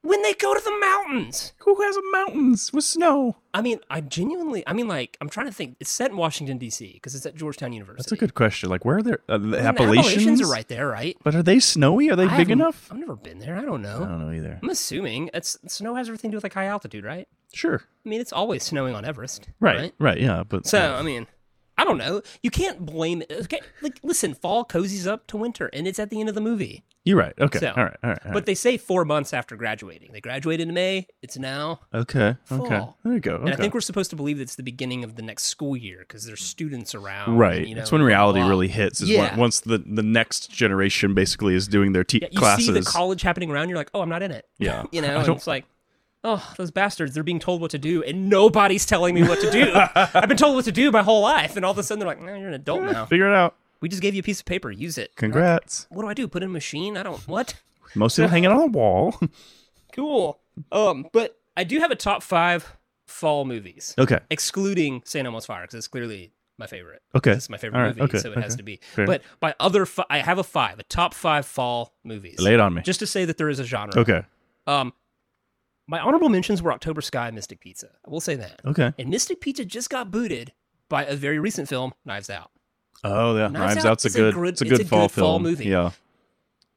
Speaker 1: when they go to the mountains.
Speaker 2: Who has mountains with snow?
Speaker 1: I mean, I genuinely, I mean, like, I'm trying to think. It's set in Washington D.C. because it's at Georgetown University.
Speaker 2: That's a good question. Like, where are there
Speaker 1: I
Speaker 2: uh, the
Speaker 1: mean, the
Speaker 2: Appalachians?
Speaker 1: Appalachians are right there, right?
Speaker 2: But are they snowy? Are they
Speaker 1: I
Speaker 2: big
Speaker 1: haven't-
Speaker 2: enough? Oh.
Speaker 1: I've never been there. I don't know.
Speaker 2: I don't know either.
Speaker 1: I'm assuming it's snow has everything to do with like high altitude, right?
Speaker 2: Sure.
Speaker 1: I mean, it's always snowing on Everest,
Speaker 2: Right. Right. yeah. But
Speaker 1: So, I mean, I don't know. You can't blame it. Okay, like listen, fall cozies up to winter, and it's at the end of the movie.
Speaker 2: you're right. Okay.
Speaker 1: So-
Speaker 2: all right. All right. all
Speaker 1: But they say four months after graduating. They graduated in May. It's now,
Speaker 2: right. okay. Okay.
Speaker 1: fall.
Speaker 2: There you go.
Speaker 1: and I
Speaker 2: Okay.
Speaker 1: think we're supposed to believe that it's the beginning of the next school year because there's students around. and,
Speaker 2: Right.
Speaker 1: you know,
Speaker 2: That's when reality
Speaker 1: blah.
Speaker 2: really hits. Is
Speaker 1: Yeah.
Speaker 2: when, once the, the next generation basically is doing their te-
Speaker 1: Yeah, you
Speaker 2: classes.
Speaker 1: see the college happening around. You're like, oh, I'm not in it.
Speaker 2: Yeah.
Speaker 1: <laughs> you
Speaker 2: I
Speaker 1: know, and
Speaker 2: don't-
Speaker 1: it's like. Oh, those bastards, they're being told what to do, and nobody's telling me what to
Speaker 2: <laughs>
Speaker 1: do. I've been told what to do my whole life, and all of a sudden they're like, no, you're an adult now.
Speaker 2: Figure it out.
Speaker 1: We just gave you a piece of paper, use it.
Speaker 2: Congrats.
Speaker 1: what do I do? Put in a machine? I don't what?
Speaker 2: Most of it hanging on the wall. <laughs>
Speaker 1: Cool. Um, but I do have a top five fall movies,
Speaker 2: okay.
Speaker 1: excluding St. Elmo's Fire because it's clearly my favorite.
Speaker 2: Okay.
Speaker 1: It's my favorite
Speaker 2: All right.
Speaker 1: movie,
Speaker 2: Okay.
Speaker 1: so it has
Speaker 2: Okay.
Speaker 1: to be.
Speaker 2: Fair.
Speaker 1: But my other, fi- I have a five, a top five fall movies,
Speaker 2: Lay it on me.
Speaker 1: just to say that there is a genre.
Speaker 2: okay.
Speaker 1: Um, my honorable mentions were October Sky, and Mystic Pizza. I will say that.
Speaker 2: Okay.
Speaker 1: And Mystic Pizza just got booted by a very recent film, Knives Out.
Speaker 2: Oh yeah.
Speaker 1: Knives
Speaker 2: Knives,
Speaker 1: Out
Speaker 2: Out's a
Speaker 1: is a
Speaker 2: good.
Speaker 1: good-
Speaker 2: it's a
Speaker 1: it's
Speaker 2: good
Speaker 1: a
Speaker 2: fall
Speaker 1: good fall
Speaker 2: film.
Speaker 1: movie.
Speaker 2: Yeah.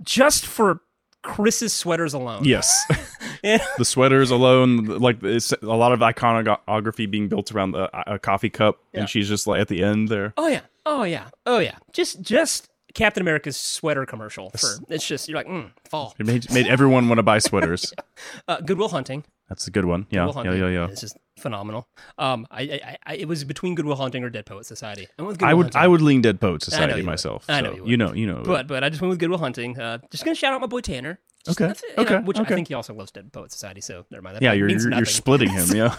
Speaker 1: Just for Chris's sweaters alone.
Speaker 2: Yes.
Speaker 1: <laughs> Yeah.
Speaker 2: the sweaters alone, like it's a lot of iconography being built around the, uh, a coffee cup,
Speaker 1: Yeah.
Speaker 2: and she's just like at the end there.
Speaker 1: Oh yeah. Oh yeah. Oh yeah. Just just Captain America's sweater commercial for it's just you're like mm, fall.
Speaker 2: It made made everyone want to
Speaker 1: <laughs>
Speaker 2: buy sweaters.
Speaker 1: Uh, Goodwill Hunting.
Speaker 2: That's a good one. Yeah.
Speaker 1: Goodwill
Speaker 2: Yeah.
Speaker 1: Hunting.
Speaker 2: Yeah. Yeah.
Speaker 1: It's just phenomenal. Um, I, I, I it was between Goodwill Hunting or Dead Poet Society. I went with Goodwill
Speaker 2: I would
Speaker 1: Hunting,
Speaker 2: I would lean Dead Poet Society
Speaker 1: you would.
Speaker 2: myself.
Speaker 1: I know
Speaker 2: so
Speaker 1: you would.
Speaker 2: you know you know.
Speaker 1: but but I just went with Goodwill Hunting. Uh, just gonna shout out my boy Tanner. Just-
Speaker 2: Okay.
Speaker 1: that's it, you know,
Speaker 2: Okay.
Speaker 1: which
Speaker 2: Okay.
Speaker 1: I think he also loves Dead Poet Society. So never mind. That
Speaker 2: yeah, you're
Speaker 1: means
Speaker 2: you're, you're
Speaker 1: nothing.
Speaker 2: splitting him.
Speaker 1: <laughs>
Speaker 2: Yeah.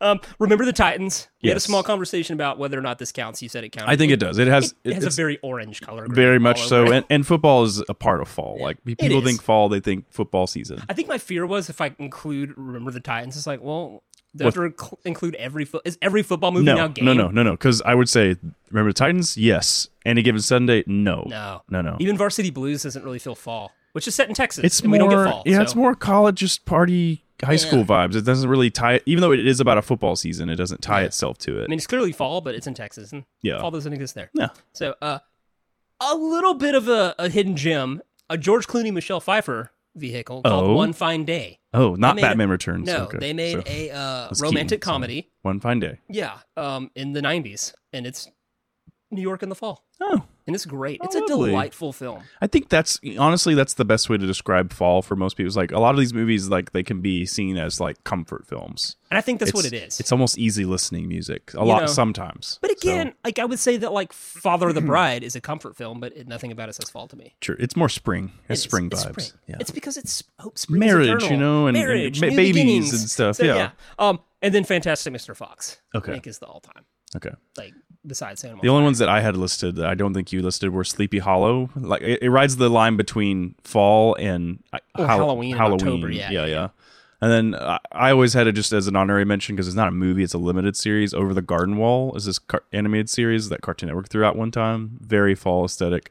Speaker 1: um, remember the Titans. We had a
Speaker 2: Yes.
Speaker 1: small conversation about whether or not this counts. You said it counted.
Speaker 2: I think it does. It has
Speaker 1: It has a
Speaker 2: it's
Speaker 1: very orange color. gradient
Speaker 2: very
Speaker 1: all
Speaker 2: much
Speaker 1: over
Speaker 2: so,
Speaker 1: it.
Speaker 2: and, and football is a part of fall. Like pe- people
Speaker 1: is.
Speaker 2: think fall, they think football season.
Speaker 1: I think my fear was if I include Remember the Titans, it's like, well, do I have
Speaker 2: What-
Speaker 1: to inc- include every fo- is every football movie
Speaker 2: No,
Speaker 1: now game?
Speaker 2: no, no, no, no. Because I would say, remember the Titans? Yes. Any given Sunday? No.
Speaker 1: No.
Speaker 2: No. No.
Speaker 1: Even Varsity Blues doesn't really feel fall, which is set in Texas.
Speaker 2: It's
Speaker 1: and
Speaker 2: more.
Speaker 1: we don't get fall.
Speaker 2: yeah,
Speaker 1: so-
Speaker 2: it's more college, just party, high school vibes. It doesn't really tie. Even though it is about a football season, it doesn't tie itself to it.
Speaker 1: I mean, it's clearly fall, but it's in Texas, and
Speaker 2: Yeah.
Speaker 1: fall doesn't exist there.
Speaker 2: No.
Speaker 1: So, uh, a little bit of a, a hidden gem, a George Clooney, Michelle Pfeiffer vehicle called
Speaker 2: Oh.
Speaker 1: One Fine Day.
Speaker 2: Oh, not
Speaker 1: made a-
Speaker 2: Batman Returns.
Speaker 1: No,
Speaker 2: Okay,
Speaker 1: they made
Speaker 2: so,
Speaker 1: a uh,
Speaker 2: it's
Speaker 1: romantic
Speaker 2: Keaton, so-
Speaker 1: comedy.
Speaker 2: One Fine Day.
Speaker 1: Yeah, um, in the '90s, and it's New York in the fall,
Speaker 2: Oh,
Speaker 1: and it's great.
Speaker 2: Oh,
Speaker 1: it's a
Speaker 2: lovely.
Speaker 1: delightful film.
Speaker 2: I think that's honestly that's the best way to describe fall for most people. It's like a lot of these movies, like they can be seen as like comfort films.
Speaker 1: And I think that's what it
Speaker 2: It's-
Speaker 1: is.
Speaker 2: It's almost easy listening music. A lot
Speaker 1: know.
Speaker 2: sometimes.
Speaker 1: but
Speaker 2: So,
Speaker 1: again, like I would say that like Father
Speaker 2: <clears throat>
Speaker 1: of the Bride is a comfort film, but it, nothing about it says fall to me.
Speaker 2: true. It's more spring. It's
Speaker 1: It is-
Speaker 2: spring
Speaker 1: it's
Speaker 2: vibes.
Speaker 1: spring.
Speaker 2: Yeah.
Speaker 1: It's because it's hope spring is
Speaker 2: Marriage,
Speaker 1: eternal.
Speaker 2: you know, and- and
Speaker 1: marriage,
Speaker 2: ba-
Speaker 1: new
Speaker 2: babies
Speaker 1: beginnings.
Speaker 2: and stuff,
Speaker 1: So,
Speaker 2: yeah.
Speaker 1: Um, and then Fantastic Mr. Fox.
Speaker 2: Okay.
Speaker 1: I think is the all time.
Speaker 2: okay.
Speaker 1: Like besides Animal.
Speaker 2: The only ones that I had listed that I don't think you listed were Sleepy Hollow. Like it, it rides the line between fall and uh,
Speaker 1: Or
Speaker 2: Hall-
Speaker 1: Halloween in
Speaker 2: Halloween.
Speaker 1: October, yeah,
Speaker 2: yeah, yeah. And then uh, I always had it just as an honorary mention because it's not a movie; it's a limited series. Over the Garden Wall is this car- animated series that Cartoon Network threw out one time. Very fall aesthetic.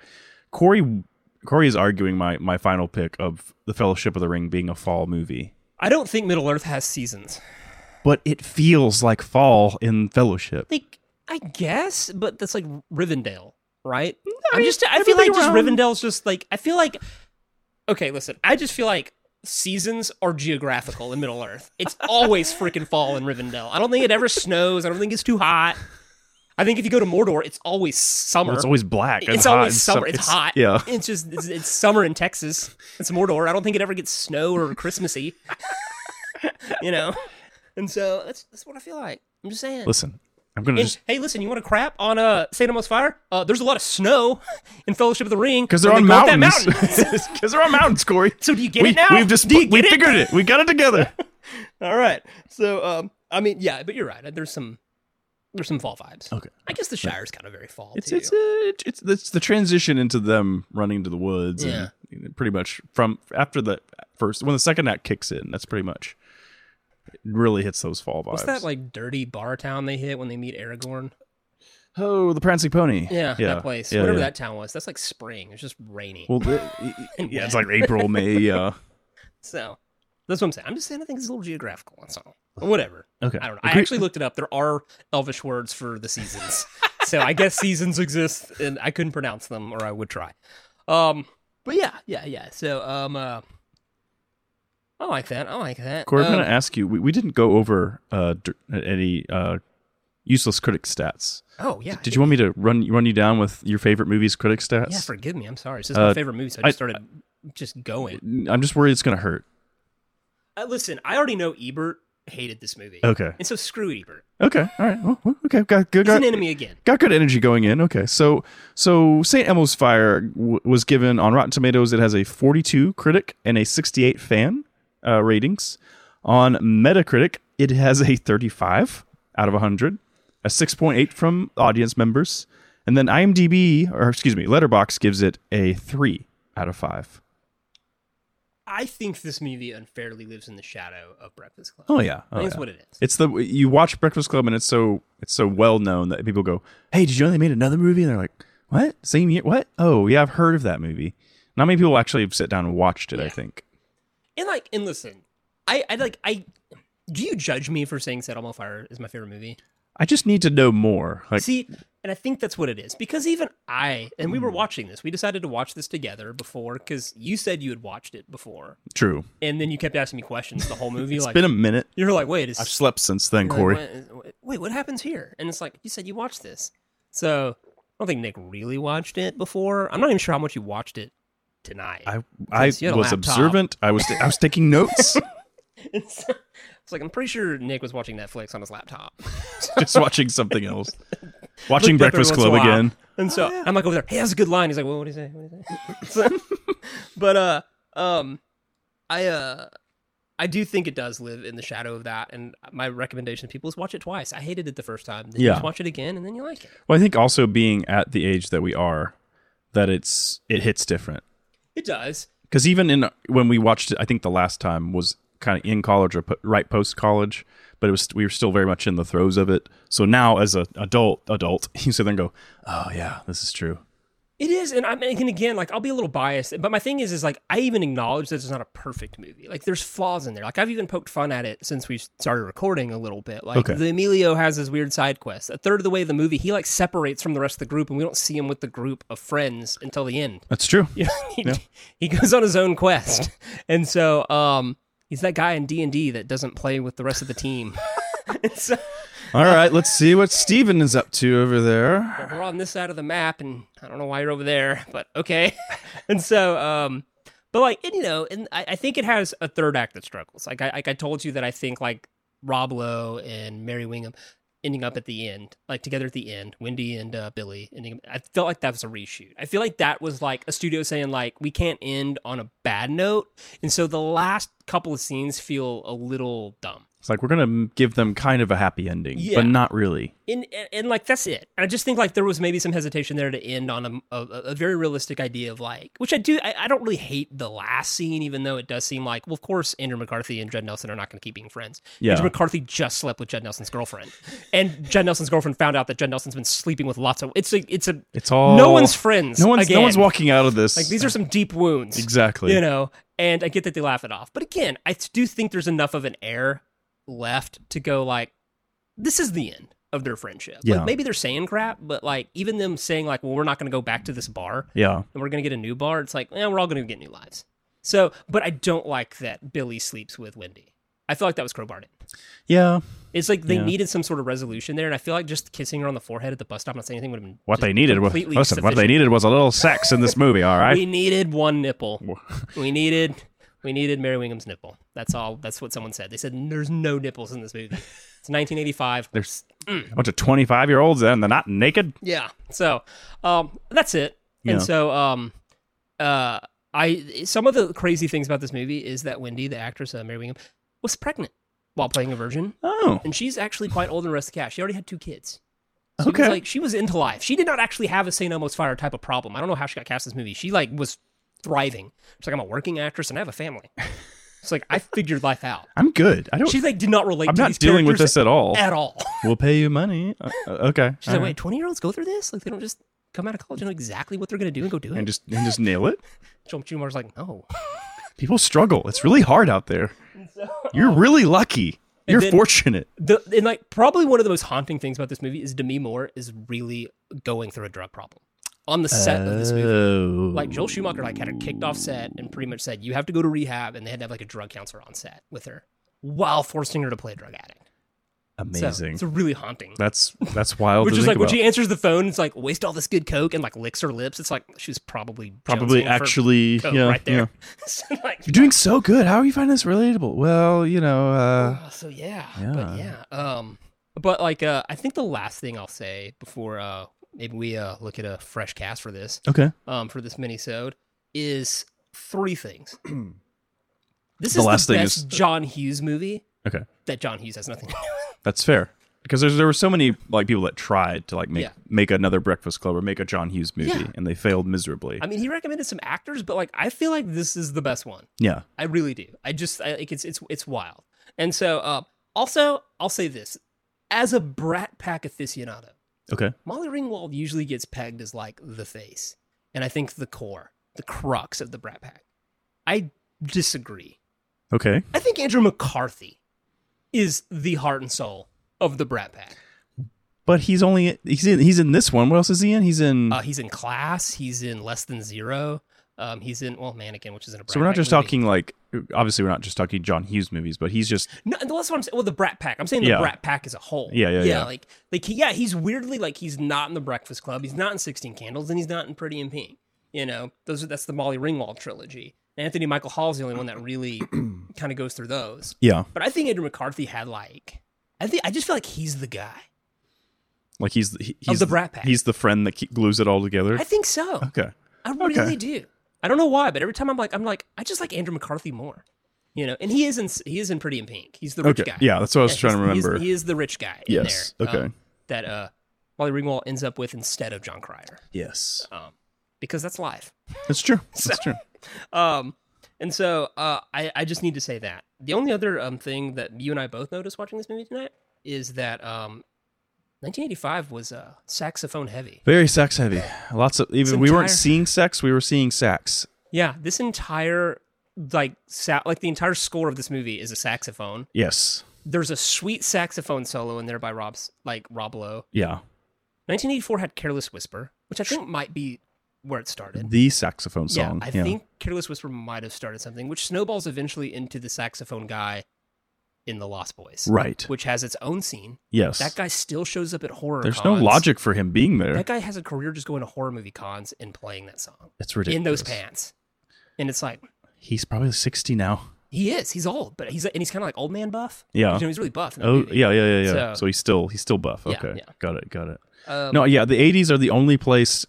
Speaker 2: Corey Corey is arguing my my final pick of The Fellowship of the Ring being a fall movie,
Speaker 1: I don't think Middle Earth has seasons.
Speaker 2: but it feels like fall in Fellowship.
Speaker 1: Like I guess, but that's like Rivendell, right?
Speaker 2: I
Speaker 1: I
Speaker 2: mean,
Speaker 1: am just I feel like
Speaker 2: everything
Speaker 1: just
Speaker 2: around-
Speaker 1: Rivendell's just like I feel like okay, listen, I just feel like seasons are geographical in Middle Earth. It's always freaking fall in Rivendell. I don't think it ever snows. I don't think it's too hot. I think if you go to Mordor, it's always summer.
Speaker 2: Well, it's always black. and
Speaker 1: It's
Speaker 2: hot
Speaker 1: always
Speaker 2: and
Speaker 1: summer.
Speaker 2: su-
Speaker 1: it's, hot.
Speaker 2: Yeah.
Speaker 1: <laughs> It's just it's, it's summer in Texas. It's Mordor. I don't think it ever gets snow or
Speaker 2: <laughs>
Speaker 1: Christmassy. you know, and so that's that's what I feel like. I'm just saying.
Speaker 2: Listen, I'm gonna
Speaker 1: And,
Speaker 2: just
Speaker 1: hey, listen, you want to crap on uh, St. Elmo's Fire? Uh, there's a lot of snow <laughs> in Fellowship of the Ring.
Speaker 2: because they're
Speaker 1: when
Speaker 2: on
Speaker 1: they go up that
Speaker 2: mountains.
Speaker 1: mountain. <laughs>
Speaker 2: <laughs> Because they're on mountains, Corey.
Speaker 1: so do you get
Speaker 2: we,
Speaker 1: it now?
Speaker 2: We've just
Speaker 1: do you
Speaker 2: we
Speaker 1: get it?
Speaker 2: figured it. We got
Speaker 1: <laughs>
Speaker 2: it together.
Speaker 1: All right. So, um, I mean, yeah, but you're right. There's some there's some fall vibes.
Speaker 2: Okay.
Speaker 1: I guess the Shire's kind of very fall,
Speaker 2: It's
Speaker 1: too.
Speaker 2: it's, uh, it's it's the transition into them running to the woods.
Speaker 1: Yeah.
Speaker 2: And you know, pretty much from after the first when the second act kicks in. That's pretty much. It really hits those fall vibes.
Speaker 1: What's that, like, dirty bar town they hit when they meet Aragorn?
Speaker 2: Oh, the prancing pony.
Speaker 1: Yeah, that place.
Speaker 2: Yeah,
Speaker 1: Whatever
Speaker 2: yeah.
Speaker 1: that town was. That's like <laughs> spring. It's just rainy.
Speaker 2: uh, Well, the- yeah, it's like April, May. Yeah.
Speaker 1: so, That's what I'm saying. I'm just saying I think it's a little geographical. That's all. Whatever.
Speaker 2: Okay.
Speaker 1: I don't know. I
Speaker 2: Agree-
Speaker 1: actually looked it up. There are Elvish words for the seasons, so I
Speaker 2: <laughs>
Speaker 1: guess seasons exist, and I couldn't pronounce them, or I would try. Um, but yeah, yeah, yeah. So um, uh, I like that. I like that.
Speaker 2: Corey, I'm
Speaker 1: Um,
Speaker 2: going to ask you. We, we didn't go over uh, dir- any uh, useless critic stats.
Speaker 1: oh yeah.
Speaker 2: Did you want me to run run you down with your favorite movies critic stats?
Speaker 1: Yeah, forgive me. I'm sorry. It's just
Speaker 2: Uh,
Speaker 1: my favorite movie, so I
Speaker 2: I-
Speaker 1: just started just going.
Speaker 2: I'm just worried it's going to hurt.
Speaker 1: Uh, listen, I already know Ebert hated this movie.
Speaker 2: Okay.
Speaker 1: And so screw Ebert.
Speaker 2: Okay. All right. Well, well, okay. Got good.
Speaker 1: He's
Speaker 2: Got,
Speaker 1: an enemy again.
Speaker 2: got good energy going in. Okay. So so Saint Elmo's Fire w- was given on Rotten Tomatoes. It has a 42 critic and a 68 fan uh, ratings. On Metacritic, it has a 35 out of 100, a 6.8 from audience members, and then IMDb or excuse me, Letterbox gives it a three out of five.
Speaker 1: I think this movie unfairly lives in the shadow of Breakfast Club.
Speaker 2: Oh yeah.
Speaker 1: I
Speaker 2: Oh,
Speaker 1: think that's
Speaker 2: yeah.
Speaker 1: what it is.
Speaker 2: It's the you watch Breakfast Club and it's so it's so well known that people go, "Hey, did you know they made another movie?" And they're like, "What? Same year? What? Oh, yeah, I've heard of that movie." Not many people actually have sat down and watched it. I
Speaker 1: Yeah.
Speaker 2: think.
Speaker 1: And like, and listen, I, I like, I. Do you judge me for saying Set 'Em on Fire is my favorite movie?
Speaker 2: I just need to know more. Like,
Speaker 1: See, and I think that's what it is because even I and we were
Speaker 2: Hmm.
Speaker 1: watching this. We decided to watch this together before because you said you had watched it before,
Speaker 2: true.
Speaker 1: and then you kept asking me questions
Speaker 2: <laughs>
Speaker 1: the whole movie.
Speaker 2: It's
Speaker 1: like
Speaker 2: been a minute.
Speaker 1: you were like, "Wait, is
Speaker 2: I've slept since then,
Speaker 1: You're
Speaker 2: Corey.
Speaker 1: Like, "What- Wait, what happens here? And it's like you said you watched this, so I don't think Nick really watched it before. I'm not even sure how much you watched it tonight.
Speaker 2: I I
Speaker 1: Since you had a
Speaker 2: was
Speaker 1: laptop.
Speaker 2: observant. I was I was
Speaker 1: <laughs>
Speaker 2: taking notes,
Speaker 1: it's, it's like I'm pretty sure Nick was watching Netflix on his laptop,
Speaker 2: just watching something else, <laughs>
Speaker 1: <laughs>
Speaker 2: watching
Speaker 1: Looked up every once
Speaker 2: Breakfast
Speaker 1: in a
Speaker 2: Club
Speaker 1: while.
Speaker 2: again.
Speaker 1: and so I'm like over there. Hey, that's a good line. He's like, well, what do you say? What do you say? <laughs> So- but uh, um, I uh. I do think it does live in the shadow of that, and my recommendation to people is watch it twice. I hated it the first time. Then you
Speaker 2: Yeah.
Speaker 1: just watch it again, and then you like it.
Speaker 2: Well, I think also being at the age that we are, that it's it hits different.
Speaker 1: It does.
Speaker 2: because even in when we watched it, I think the last time was kind of in college or po- right post college, but it was we were still very much in the throes of it. So now as a adult, adult, <laughs> you sit there and go, "Oh yeah, this is true."
Speaker 1: It is, and I'm and again like I'll be a little biased, but my thing is is like I even acknowledge that it's not a perfect movie. Like there's flaws in there. Like I've even poked fun at it since we started recording a little bit. Like
Speaker 2: Okay.
Speaker 1: the Emilio has his weird side quest. A third of the way of the movie, he like separates from the rest of the group, and we don't see him with the group of friends until the end.
Speaker 2: That's true.
Speaker 1: You know, <laughs> he, he goes on his own quest, and so um he's that guy in D and D that doesn't play with the rest of the team. and so
Speaker 2: All right, let's see what Steven is up to over there.
Speaker 1: we're on this side of the map and i don't know why you're over there <laughs> but okay and so um but like and, you know and I, I think it has a third act that struggles like i like i told you that i think like rob lowe and mary wingham ending up at the end like together at the end wendy and uh, billy ending up, i felt like that was a reshoot i feel like that was like a studio saying like we can't end on a bad note and so the last couple of scenes feel a little dumb
Speaker 2: It's like we're gonna give them kind of a happy ending,
Speaker 1: Yeah.
Speaker 2: but not really.
Speaker 1: and, and and like that's it. And I just think like there was maybe some hesitation there to end on a, a, a very realistic idea of like, which I do. I, I don't really hate the last scene, even though it does seem like, well, of course, Andrew McCarthy and Jed Nelson are not going to keep being friends.
Speaker 2: Yeah.
Speaker 1: Andrew McCarthy just slept with Jed Nelson's girlfriend, and Jed Nelson's girlfriend found out that Jed Nelson's been sleeping with lots of. It's a. It's a.
Speaker 2: It's all
Speaker 1: no one's friends.
Speaker 2: Oh. <laughs> no one's
Speaker 1: Again.
Speaker 2: no one's walking out of this.
Speaker 1: Like these are some deep wounds.
Speaker 2: <laughs> exactly.
Speaker 1: You know, and I get that they laugh it off. But again, I do think there's enough of an air left to go like, this is the end of their friendship.
Speaker 2: Yeah.
Speaker 1: Like maybe they're saying crap, but like even them saying like, well, we're not going to go back to this bar
Speaker 2: yeah.
Speaker 1: and we're going to get a new bar. It's like, eh, we're all going to get new lives. So, but I don't like that Billy sleeps with Wendy. I feel like that was crowbarred in.
Speaker 2: Yeah.
Speaker 1: It's like they
Speaker 2: Yeah.
Speaker 1: needed some sort of resolution there, and I feel like just kissing her on the forehead at the bus stop, not saying anything, would have been
Speaker 2: What
Speaker 1: just
Speaker 2: they needed was
Speaker 1: completely
Speaker 2: listen. What they
Speaker 1: sufficient.
Speaker 2: needed was a little sex in this movie. All right.
Speaker 1: We needed one nipple. we needed we needed Mary Wiggum's nipple. That's all. That's what someone said. They said there's no nipples in this movie. It's 1985.
Speaker 2: There's
Speaker 1: Mm.
Speaker 2: a bunch of 25 year olds and they're not naked.
Speaker 1: Yeah. So, um, that's it.
Speaker 2: Yeah.
Speaker 1: And so, um, uh, I some of the crazy things about this movie is that Wendy, the actress uh, Mary Wingham, was pregnant while playing a virgin,
Speaker 2: Oh,
Speaker 1: and she's actually quite old and rest of the cast. She already had two kids. She
Speaker 2: okay.
Speaker 1: was like she was into life. She did not actually have a St. Elmo's Fire type of problem. I don't know how she got cast in this movie. She like was thriving. She's like, I'm a working actress and I have a family. It's like I figured life out.
Speaker 2: I'm good. I don't.
Speaker 1: She like did not relate.
Speaker 2: I'm
Speaker 1: to
Speaker 2: not
Speaker 1: these
Speaker 2: dealing with
Speaker 1: characters
Speaker 2: this at all.
Speaker 1: at all.
Speaker 2: We'll pay you money. Uh, uh, okay.
Speaker 1: She's
Speaker 2: All
Speaker 1: like,
Speaker 2: right.
Speaker 1: wait, twenty year olds go through this? Like they don't just come out of college and know exactly what they're gonna do and go do
Speaker 2: And
Speaker 1: it.
Speaker 2: just and just nail it.
Speaker 1: Jump Jumar's like, no,
Speaker 2: People struggle. It's really hard out there. You're really lucky. You're
Speaker 1: then-
Speaker 2: fortunate.
Speaker 1: The and like probably one of the most haunting things about this movie is Demi Moore is really going through a drug problem on the set of this movie.
Speaker 2: Oh,
Speaker 1: Like Joel Schumacher like had her kicked off set and pretty much said you have to go to rehab, and they had to have like a drug counselor on set with her while forcing her to play a drug addict. So,
Speaker 2: Amazing.
Speaker 1: it's really haunting.
Speaker 2: that's that's wild.
Speaker 1: Which
Speaker 2: to
Speaker 1: is like
Speaker 2: think
Speaker 1: when
Speaker 2: about.
Speaker 1: she answers the phone, it's like waste all this good coke and like licks her lips. It's like she's probably
Speaker 2: probably
Speaker 1: jonesing for
Speaker 2: actually
Speaker 1: coke
Speaker 2: yeah,
Speaker 1: right there.
Speaker 2: yeah.
Speaker 1: <laughs> So, like,
Speaker 2: You're doing so good. How are you finding this relatable? Well, you know, uh,
Speaker 1: Oh, so yeah, but
Speaker 2: yeah.
Speaker 1: yeah. Um, but like, uh, I think the last thing I'll say before uh maybe we uh look at a fresh cast for this
Speaker 2: okay.
Speaker 1: um for this minisode is three
Speaker 2: <clears throat>
Speaker 1: things. This
Speaker 2: The
Speaker 1: is
Speaker 2: last
Speaker 1: the
Speaker 2: thing
Speaker 1: best
Speaker 2: is-
Speaker 1: John Hughes movie.
Speaker 2: Okay.
Speaker 1: That John Hughes has nothing to do. with.
Speaker 2: That's fair. Because there's, there were so many like people that tried to like make
Speaker 1: Yeah.
Speaker 2: make another Breakfast Club or make a John Hughes movie,
Speaker 1: Yeah.
Speaker 2: and they failed miserably.
Speaker 1: I mean, he recommended some actors, but like, I feel like this is the best one.
Speaker 2: yeah,
Speaker 1: I really do. I just I, like it's it's it's wild. And so uh, also I'll say this as a brat pack aficionado,
Speaker 2: okay,
Speaker 1: Molly Ringwald usually gets pegged as like the face, and I think the core, the crux of the brat pack. I disagree.
Speaker 2: okay.
Speaker 1: I think Andrew McCarthy is the heart and soul of the brat pack.
Speaker 2: But he's only he's in he's in this one. What else is he in? He's in.
Speaker 1: Uh, he's in class. He's in less than zero. Um, he's in well, Mannequin, which isn't a. Brat
Speaker 2: so we're not
Speaker 1: Pack
Speaker 2: just
Speaker 1: movie.
Speaker 2: talking like obviously we're not just talking John Hughes movies, but
Speaker 1: <laughs>
Speaker 2: he's just
Speaker 1: No, and that's what I'm saying. Well, the Brat Pack. I'm saying the
Speaker 2: Yeah.
Speaker 1: Brat Pack as a whole.
Speaker 2: Yeah, yeah, yeah.
Speaker 1: Like, like, he- yeah, he's weirdly like he's not in the Breakfast Club. He's not in Sixteen Candles, and he's not in Pretty in Pink. You know, those are that's the Molly Ringwald trilogy. And Anthony Michael Hall's the only one that
Speaker 2: <clears throat>
Speaker 1: really kind of goes through those.
Speaker 2: yeah,
Speaker 1: But I think Andrew McCarthy had like, I think I just feel like he's the guy
Speaker 2: like he's he,
Speaker 1: of
Speaker 2: he's
Speaker 1: the Brat Pack.
Speaker 2: he's the friend that keep, glues it all together.
Speaker 1: I think so.
Speaker 2: <laughs> okay,
Speaker 1: I really
Speaker 2: okay.
Speaker 1: do. I don't know why, but every time I'm like, I'm like, I just like Andrew McCarthy more. You know, and he is in he is in Pretty in Pink. He's the rich
Speaker 2: okay,
Speaker 1: guy.
Speaker 2: yeah, that's what I
Speaker 1: <laughs>
Speaker 2: was
Speaker 1: Yeah,
Speaker 2: trying to
Speaker 1: he's- he's-
Speaker 2: remember.
Speaker 1: He is the rich guy. in
Speaker 2: Yes,
Speaker 1: there, um,
Speaker 2: okay.
Speaker 1: that uh, Molly Ringwald ends up with instead of John Cryer,
Speaker 2: yes,
Speaker 1: um, because that's life. <laughs>
Speaker 2: that's true. That's true.
Speaker 1: Um, and so uh, I I just need to say that the only other um thing that you and I both noticed watching this movie tonight is that um, 1985 was uh saxophone heavy.
Speaker 2: Very sex heavy. Lots of even we
Speaker 1: entire-
Speaker 2: weren't seeing sex, we were seeing sex.
Speaker 1: Yeah, this entire like sa- like the entire score of this movie is a saxophone.
Speaker 2: Yes.
Speaker 1: There's a sweet saxophone solo in there by Rob's like Rob Lowe.
Speaker 2: Yeah.
Speaker 1: 1984 had Careless Whisper, which I think might be where it started.
Speaker 2: The saxophone Mm-hmm. song.
Speaker 1: yeah, I think Careless Whisper might have started something, which snowballs eventually into the saxophone guy in The Lost Boys,
Speaker 2: Right.
Speaker 1: which has its own scene.
Speaker 2: Yes.
Speaker 1: That guy still shows up at horror.
Speaker 2: There's
Speaker 1: cons.
Speaker 2: no logic for him being there.
Speaker 1: That guy has a career just going to horror movie cons and playing that song
Speaker 2: it's ridiculous.
Speaker 1: in those pants, and it's like
Speaker 2: He's probably 60 now.
Speaker 1: he is. He's old, but he's and he's kind of like old man buff.
Speaker 2: Yeah.
Speaker 1: You know, he's really buff. in that
Speaker 2: Oh
Speaker 1: movie.
Speaker 2: yeah, yeah, yeah, yeah.
Speaker 1: So-
Speaker 2: So, he's still he's still buff.
Speaker 1: Yeah,
Speaker 2: Okay,
Speaker 1: yeah.
Speaker 2: got it, got it.
Speaker 1: Um,
Speaker 2: no, yeah, the '80s are the only place,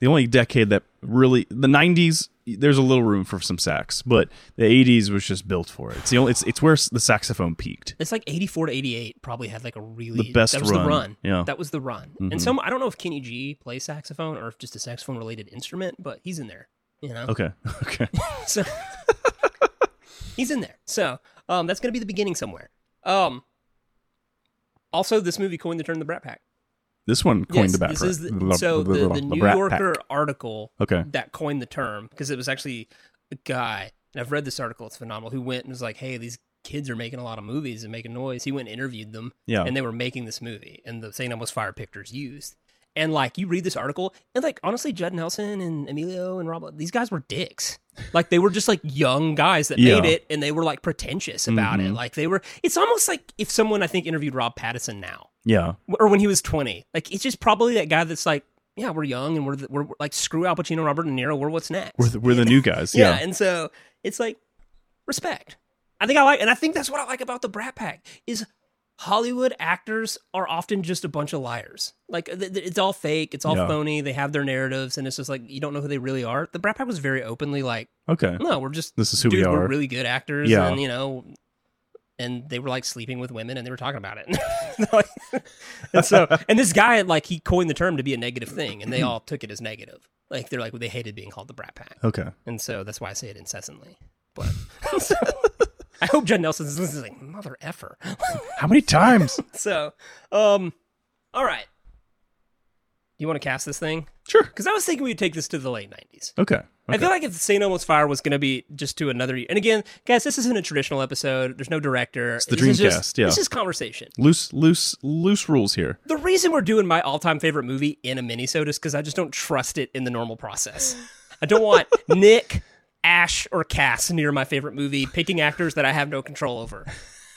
Speaker 2: the only decade that really. The '90s, there's a little room for some sax, but the '80s was just built for it. It's the only, it's it's where s- the saxophone peaked.
Speaker 1: It's like 84 to 88 probably had like a really
Speaker 2: The best
Speaker 1: that was the
Speaker 2: run.
Speaker 1: run.
Speaker 2: Yeah. Mm-hmm.
Speaker 1: That was the run. And some I don't know if Kenny G plays saxophone or if just a saxophone related instrument, but he's in there, you know.
Speaker 2: Okay, <laughs> okay,
Speaker 1: So He's in there. So, um that's going to be the beginning somewhere. Um also, this movie coined the term the Brat Pack.
Speaker 2: this one coined
Speaker 1: Yes,
Speaker 2: the back.
Speaker 1: this
Speaker 2: rack.
Speaker 1: is the, so the, the New
Speaker 2: Brat Pack.
Speaker 1: Yorker article
Speaker 2: Okay.
Speaker 1: that coined the term because it was actually a guy, and I've read this article. It's phenomenal. Who went and was like, "Hey, these kids are making a lot of movies and making noise." He went and interviewed them,
Speaker 2: Yeah.
Speaker 1: and they were making this movie, and the St. Elmo's Fire pictures used. And like you read this article, and like honestly, Judd Nelson and Emilio and Rob, these guys were dicks. Like they were just like young guys that
Speaker 2: Yeah. Mm-hmm.
Speaker 1: made it, and they were like pretentious about it. Like they were. It's almost like if someone I think interviewed Rob Pattinson now,
Speaker 2: Yeah,
Speaker 1: or when he was 20. Like, it's just probably that guy that's like, yeah, we're young and we're, the, we're we're- like, screw Al Pacino, Robert De Niro, we're what's next.
Speaker 2: we're the, we're the
Speaker 1: <laughs>
Speaker 2: new guys. Yeah,
Speaker 1: And so it's like, respect. I think I like, and I think that's what I like about the Brat Pack is Hollywood actors are often just a bunch of liars. Like, th- th- it's all fake, it's all
Speaker 2: Yeah.
Speaker 1: phony, they have their narratives, and it's just like, you don't know who they really are. The Brat Pack was very openly like,
Speaker 2: okay.
Speaker 1: no, we're just
Speaker 2: This is who
Speaker 1: dude,
Speaker 2: we
Speaker 1: We're
Speaker 2: are.
Speaker 1: really good actors,
Speaker 2: Yeah.
Speaker 1: and you know, and they were like sleeping with women, and they were talking about it. <laughs> and so, and this guy like he coined the term to be a negative thing, and they all took it as negative. Like they're like they hated being called the Brat Pack,
Speaker 2: okay.
Speaker 1: and so that's why I say it incessantly.
Speaker 2: <laughs>
Speaker 1: But <laughs> so, I hope Jen Nelson is listening. Like, Mother effer. <laughs>
Speaker 2: How many times?
Speaker 1: so, um, all right. You want to cast this thing?
Speaker 2: Sure.
Speaker 1: Because I was thinking we'd take this to the late 90s.
Speaker 2: <laughs> Okay.
Speaker 1: I feel like if St. Elmo's Fire was going to be just to another year. And again, guys, this isn't a traditional episode. There's no director. It's
Speaker 2: the Dreamcast, yeah.
Speaker 1: This is conversation.
Speaker 2: loose, loose, loose rules here.
Speaker 1: The reason we're doing my all-time favorite movie in a minisode is because I just don't trust it in the normal process. I don't
Speaker 2: <laughs>
Speaker 1: want Nick, Ash, or Cass near my favorite movie, picking actors that I have no control over.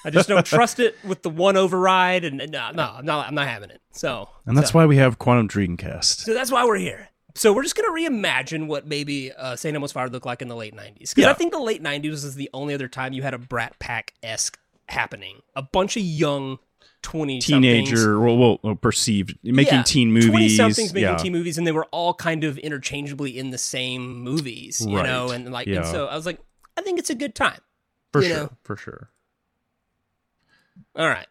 Speaker 1: I just don't trust it with the one override, and and no, no, I'm not, I'm not having it. So,
Speaker 2: And that's why we have Quantum Dreamcast.
Speaker 1: so that's why we're here. So we're just gonna reimagine what maybe uh, Saint Elmo's Fire looked like in the late '90s, because
Speaker 2: Yeah.
Speaker 1: I think the late '90s is the only other time you had a Brat Pack esque happening. A bunch of young twenty
Speaker 2: Teenager, well, well, well, perceived, making
Speaker 1: Yeah,
Speaker 2: teen movies.
Speaker 1: 20-somethings making
Speaker 2: yeah.
Speaker 1: teen movies, and they were all kind of interchangeably in the same movies, you
Speaker 2: Right.
Speaker 1: know, and like,
Speaker 2: Yeah.
Speaker 1: and so I was like, I think it's a good time.
Speaker 2: for
Speaker 1: you
Speaker 2: sure,
Speaker 1: know.
Speaker 2: for sure.
Speaker 1: All right,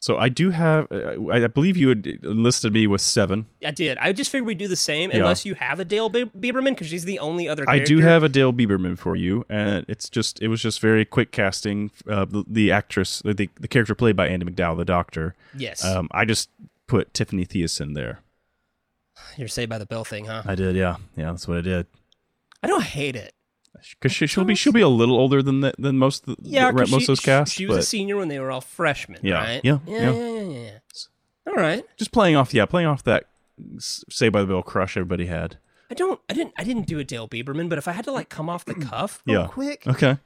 Speaker 2: So I do have. I, I believe you had enlisted me with seven.
Speaker 1: I did. I just figured we'd do the same,
Speaker 2: Yeah.
Speaker 1: unless you have a Dale Bi- Bieberman, because she's the only other.
Speaker 2: I
Speaker 1: Character.
Speaker 2: do have a Dale Bieberman for you, and it's just it was just very quick casting. Uh, the, the actress, the the character played by Andy McDowell, the Doctor.
Speaker 1: Yes,
Speaker 2: Um, I just put Tiffany Thiessen there.
Speaker 1: you're saved by the bell thing, huh?
Speaker 2: I did, yeah, yeah, that's what I did.
Speaker 1: I don't hate it.
Speaker 2: Because she, she'll be she'll be a little older than the, than most of the,
Speaker 1: Yeah,
Speaker 2: right,
Speaker 1: 'cause
Speaker 2: most
Speaker 1: she,
Speaker 2: of those casts,
Speaker 1: She was a
Speaker 2: but
Speaker 1: senior when they were all freshmen.
Speaker 2: Yeah,
Speaker 1: right?
Speaker 2: yeah,
Speaker 1: yeah,
Speaker 2: yeah.
Speaker 1: yeah, yeah, yeah. All right.
Speaker 2: just playing off yeah playing off that Say by the Bell crush everybody had.
Speaker 1: I don't. I didn't. I didn't do a Dale Bieberman, but if I had to like come off the cuff real
Speaker 2: Yeah.
Speaker 1: quick,
Speaker 2: Okay,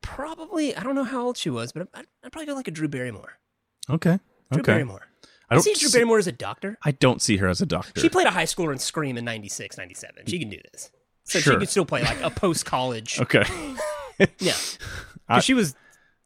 Speaker 1: probably I don't know how old she was, but I'd, I'd probably go like a Drew Barrymore.
Speaker 2: okay,
Speaker 1: Drew
Speaker 2: okay.
Speaker 1: Barrymore. I
Speaker 2: I don't
Speaker 1: see Drew
Speaker 2: see,
Speaker 1: Barrymore as a doctor.
Speaker 2: I don't see her as a doctor.
Speaker 1: She played a high schooler in Scream in 96, 97. She can do this. So she
Speaker 2: Sure.
Speaker 1: could still play like
Speaker 2: <laughs>
Speaker 1: a post college. <laughs>
Speaker 2: okay,
Speaker 1: Yeah. 'Cause she was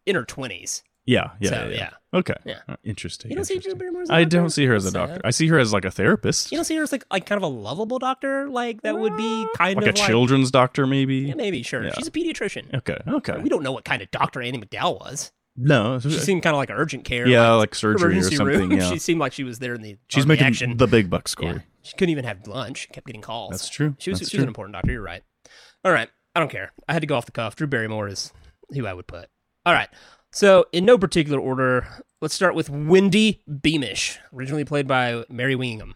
Speaker 1: in her 20s.
Speaker 2: yeah, yeah,
Speaker 1: So,
Speaker 2: yeah,
Speaker 1: yeah.
Speaker 2: Okay,
Speaker 1: Yeah.
Speaker 2: Uh, interesting.
Speaker 1: You don't see
Speaker 2: interesting.
Speaker 1: Drew Barrymore as a
Speaker 2: I
Speaker 1: doctor?
Speaker 2: don't see her as a
Speaker 1: That's
Speaker 2: doctor.
Speaker 1: sad.
Speaker 2: I see her as like a therapist,
Speaker 1: You don't see her as like, like kind of a lovable doctor? Like that would be kind
Speaker 2: like a
Speaker 1: of like.
Speaker 2: children's doctor, maybe.
Speaker 1: Yeah, maybe, sure.
Speaker 2: Yeah.
Speaker 1: She's a pediatrician.
Speaker 2: Okay, okay.
Speaker 1: We don't know what kind of doctor Annie McDowell was.
Speaker 2: No, uh,
Speaker 1: She seemed kind of like urgent care.
Speaker 2: yeah,
Speaker 1: like,
Speaker 2: like surgery or
Speaker 1: emergency
Speaker 2: something.
Speaker 1: room.
Speaker 2: Yeah,
Speaker 1: <laughs> she seemed like she was there in the
Speaker 2: she's
Speaker 1: on
Speaker 2: making
Speaker 1: the action.
Speaker 2: the big bucks, Corey.
Speaker 1: Yeah. She couldn't even have lunch. She kept getting calls.
Speaker 2: That's true.
Speaker 1: She was,
Speaker 2: That's
Speaker 1: she was an
Speaker 2: true.
Speaker 1: important doctor. You're right. All right. I don't care. I had to go off the cuff. Drew Barrymore is who I would put. All right. So, in no particular order, let's start with Wendy Beamish, originally played by Mary Wingham.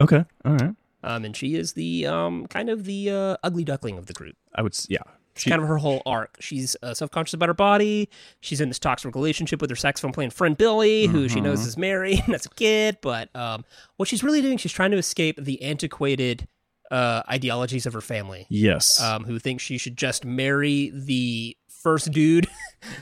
Speaker 2: Okay, all right.
Speaker 1: Um, and she is the um, kind of the uh, ugly duckling of the group.
Speaker 2: I would. s- Yeah,
Speaker 1: It's
Speaker 2: she,
Speaker 1: kind of her whole arc. She's uh, self conscious about her body. She's in this toxic relationship with her saxophone playing friend Billy, who she
Speaker 2: Mm-hmm.
Speaker 1: knows is married and that's a kid. But um, what she's really doing, she's trying to escape the antiquated uh, ideologies of her family,
Speaker 2: yes.
Speaker 1: um, who think she should just marry the first dude, <laughs>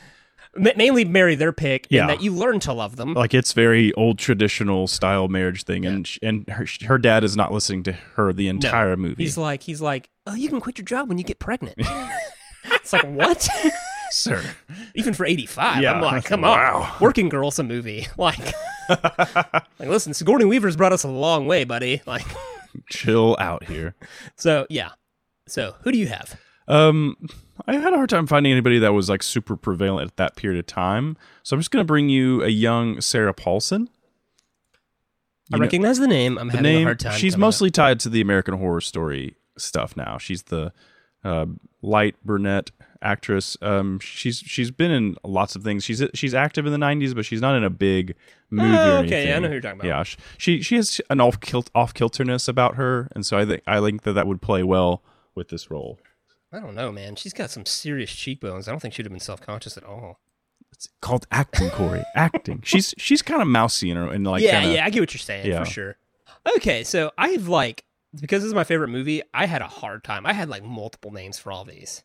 Speaker 1: Ma- mainly marry their pick,
Speaker 2: Yeah.
Speaker 1: and that you learn to love them.
Speaker 2: like it's very old traditional style marriage thing, and sh and her, sh- her dad is not listening to her the entire movie.
Speaker 1: He's like, he's like, oh, you can quit your job when you get
Speaker 2: <laughs>
Speaker 1: pregnant. it's like what?
Speaker 2: Sir,
Speaker 1: even for 85
Speaker 2: Yeah.
Speaker 1: i'm like come
Speaker 2: Wow.
Speaker 1: on working girls a movie <laughs> like
Speaker 2: <laughs>
Speaker 1: like listen sigourney weaver's brought us a long way buddy like
Speaker 2: chill out here.
Speaker 1: so yeah so who do you have
Speaker 2: Um, I had a hard time finding anybody that was like super prevalent at that period of time, so I'm just gonna bring you a young Sarah Paulson.
Speaker 1: i
Speaker 2: You know-
Speaker 1: recognize the name i'm
Speaker 2: the
Speaker 1: having
Speaker 2: name.
Speaker 1: a hard time
Speaker 2: she's
Speaker 1: coming up.
Speaker 2: mostly tied to the American Horror Story stuff now. She's the uh, light brunette actress. Um, she's she's been in lots of things. She's she's active in the '90s, but she's not in a big movie
Speaker 1: Oh,
Speaker 2: or
Speaker 1: okay,
Speaker 2: anything.
Speaker 1: yeah, I know who you're talking about.
Speaker 2: Yeah, sh- she she has an off kilt off kilterness about her, and so I think I think that that would play well with this role.
Speaker 1: i don't know man she's got some serious cheekbones i don't think she'd have been self-conscious at all
Speaker 2: It's called acting, Corey. <laughs> acting. She's she's kind of mousy in her and like
Speaker 1: yeah
Speaker 2: kinda,
Speaker 1: yeah i get what you're saying
Speaker 2: Yeah.
Speaker 1: for sure okay so i've like because this is my favorite movie i had a hard time i had like multiple names for all these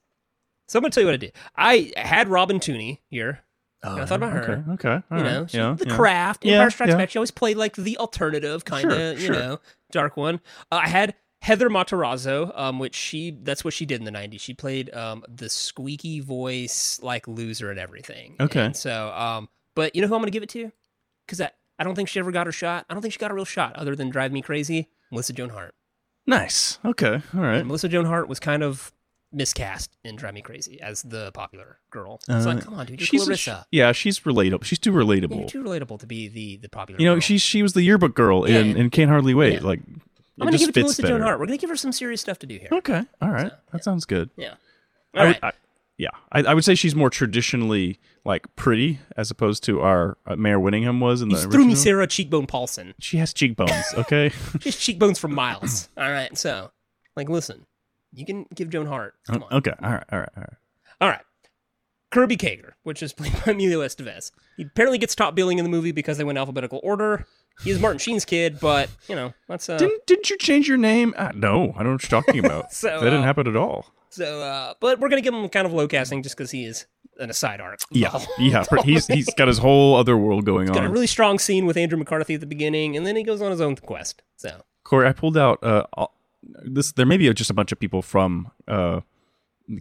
Speaker 1: so i'm gonna tell you what i did i had robin tooney here and i thought about her
Speaker 2: Uh-huh, Oh, Okay, okay, all
Speaker 1: you
Speaker 2: right,
Speaker 1: know, she,
Speaker 2: yeah,
Speaker 1: the
Speaker 2: yeah.
Speaker 1: craft, Empire
Speaker 2: Yeah,
Speaker 1: Strikes
Speaker 2: yeah.
Speaker 1: Back. She always played like the alternative kind of,
Speaker 2: Sure,
Speaker 1: you
Speaker 2: sure.
Speaker 1: know, dark one. Uh, I had Heather Matarazzo, um, which she that's what she did in the '90s. She played um, the squeaky voice, like loser and everything.
Speaker 2: Okay.
Speaker 1: And so, um, but you know who I'm gonna give it to? Because I, I don't think she ever got her shot. I don't think she got a real shot other than Drive Me Crazy. Melissa Joan Hart.
Speaker 2: Nice. Okay. All right.
Speaker 1: And Melissa Joan Hart was kind of miscast in Drive Me Crazy as the popular girl. It's
Speaker 2: Uh,
Speaker 1: like, come on, dude, you're
Speaker 2: she's a sh-
Speaker 1: Clarissa.
Speaker 2: yeah, she's relatable. She's too relatable.
Speaker 1: you're too relatable to be the the popular.
Speaker 2: you know,
Speaker 1: girl.
Speaker 2: she she was the yearbook girl
Speaker 1: Yeah.
Speaker 2: in, in Can't Hardly Wait.
Speaker 1: Yeah.
Speaker 2: Like, it
Speaker 1: I'm gonna
Speaker 2: just
Speaker 1: give it to
Speaker 2: fits
Speaker 1: Melissa Joan
Speaker 2: better.
Speaker 1: Hart. We're gonna give her some serious stuff to do here.
Speaker 2: Okay, all right, that sounds good.
Speaker 1: Yeah.
Speaker 2: I
Speaker 1: All
Speaker 2: would-
Speaker 1: right.
Speaker 2: I- yeah, I, I would say she's more traditionally like pretty as opposed to our uh, Mayor Winningham was in the
Speaker 1: You threw me
Speaker 2: original.
Speaker 1: Sarah Cheekbone Paulson. <laughs>
Speaker 2: She has cheekbones, okay?
Speaker 1: Just cheekbones for miles. All right, so like, listen, you can give Joan Hart. Come on.
Speaker 2: okay, all right, all right, all right.
Speaker 1: All right. Kirby Kager, which is played <laughs> by Emilio Estevez. He apparently gets top billing in the movie because they went alphabetical order. He is Martin Sheen's kid, but, you know, that's uh,
Speaker 2: Didn't didn't you change your name? Uh, no, I don't know what
Speaker 1: <laughs>
Speaker 2: you're talking about.
Speaker 1: So,
Speaker 2: that didn't
Speaker 1: uh,
Speaker 2: happen at all.
Speaker 1: so uh but we're going to give him kind of low casting just cuz he is in a side arc.
Speaker 2: Yeah,
Speaker 1: <laughs>
Speaker 2: yeah. He's he's got his whole other world going
Speaker 1: Got a
Speaker 2: on.
Speaker 1: really strong scene with Andrew McCarthy at the beginning and then he goes on his own quest. So,
Speaker 2: Corey, I pulled out uh, all- this. There may be just a bunch of people from uh,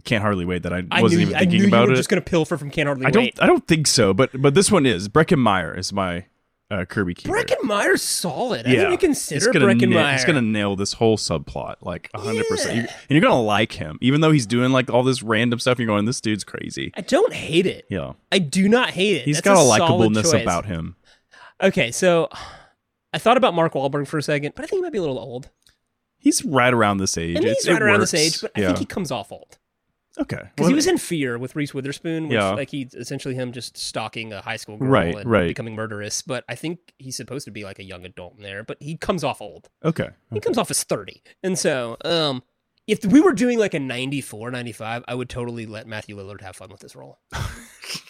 Speaker 2: Can't Hardly Wait that I
Speaker 1: I
Speaker 2: wasn't
Speaker 1: knew
Speaker 2: even
Speaker 1: I knew
Speaker 2: thinking
Speaker 1: you
Speaker 2: about
Speaker 1: were
Speaker 2: it.
Speaker 1: just going to pilfer from Can't Hardly
Speaker 2: I don't.
Speaker 1: Wait.
Speaker 2: I don't think so. But but this one is Breckenmeyer is my uh, Kirby Keeper.
Speaker 1: Breckenmeyer's solid. I
Speaker 2: yeah,
Speaker 1: didn't even
Speaker 2: it's
Speaker 1: consider
Speaker 2: gonna
Speaker 1: Breckenmeyer.
Speaker 2: na- it's gonna nail this whole subplot like hundred percent. And you're gonna like him, even though he's doing like all this random stuff. You're going, this dude's crazy.
Speaker 1: I don't hate it.
Speaker 2: Yeah,
Speaker 1: I do not hate it.
Speaker 2: he's
Speaker 1: That's
Speaker 2: got a
Speaker 1: solid
Speaker 2: likableness
Speaker 1: choice.
Speaker 2: about him.
Speaker 1: Okay, so I thought about Mark Wahlberg for a second, but I think he might be a little old.
Speaker 2: He's right around this age.
Speaker 1: And
Speaker 2: It's-
Speaker 1: he's right
Speaker 2: it
Speaker 1: around
Speaker 2: works.
Speaker 1: this age, but I
Speaker 2: yeah.
Speaker 1: think he comes off old
Speaker 2: okay.
Speaker 1: because
Speaker 2: Well,
Speaker 1: he was in Fear with Reese Witherspoon, which
Speaker 2: Yeah.
Speaker 1: like he's essentially him just stalking a high school girl
Speaker 2: Right,
Speaker 1: and
Speaker 2: right.
Speaker 1: becoming murderous. But I think he's supposed to be like a young adult in there, but he comes off old.
Speaker 2: okay.
Speaker 1: He comes off as thirty, and so um, if we were doing like a 94, 95, I would totally let Matthew Lillard have fun with this
Speaker 2: <laughs>
Speaker 1: role.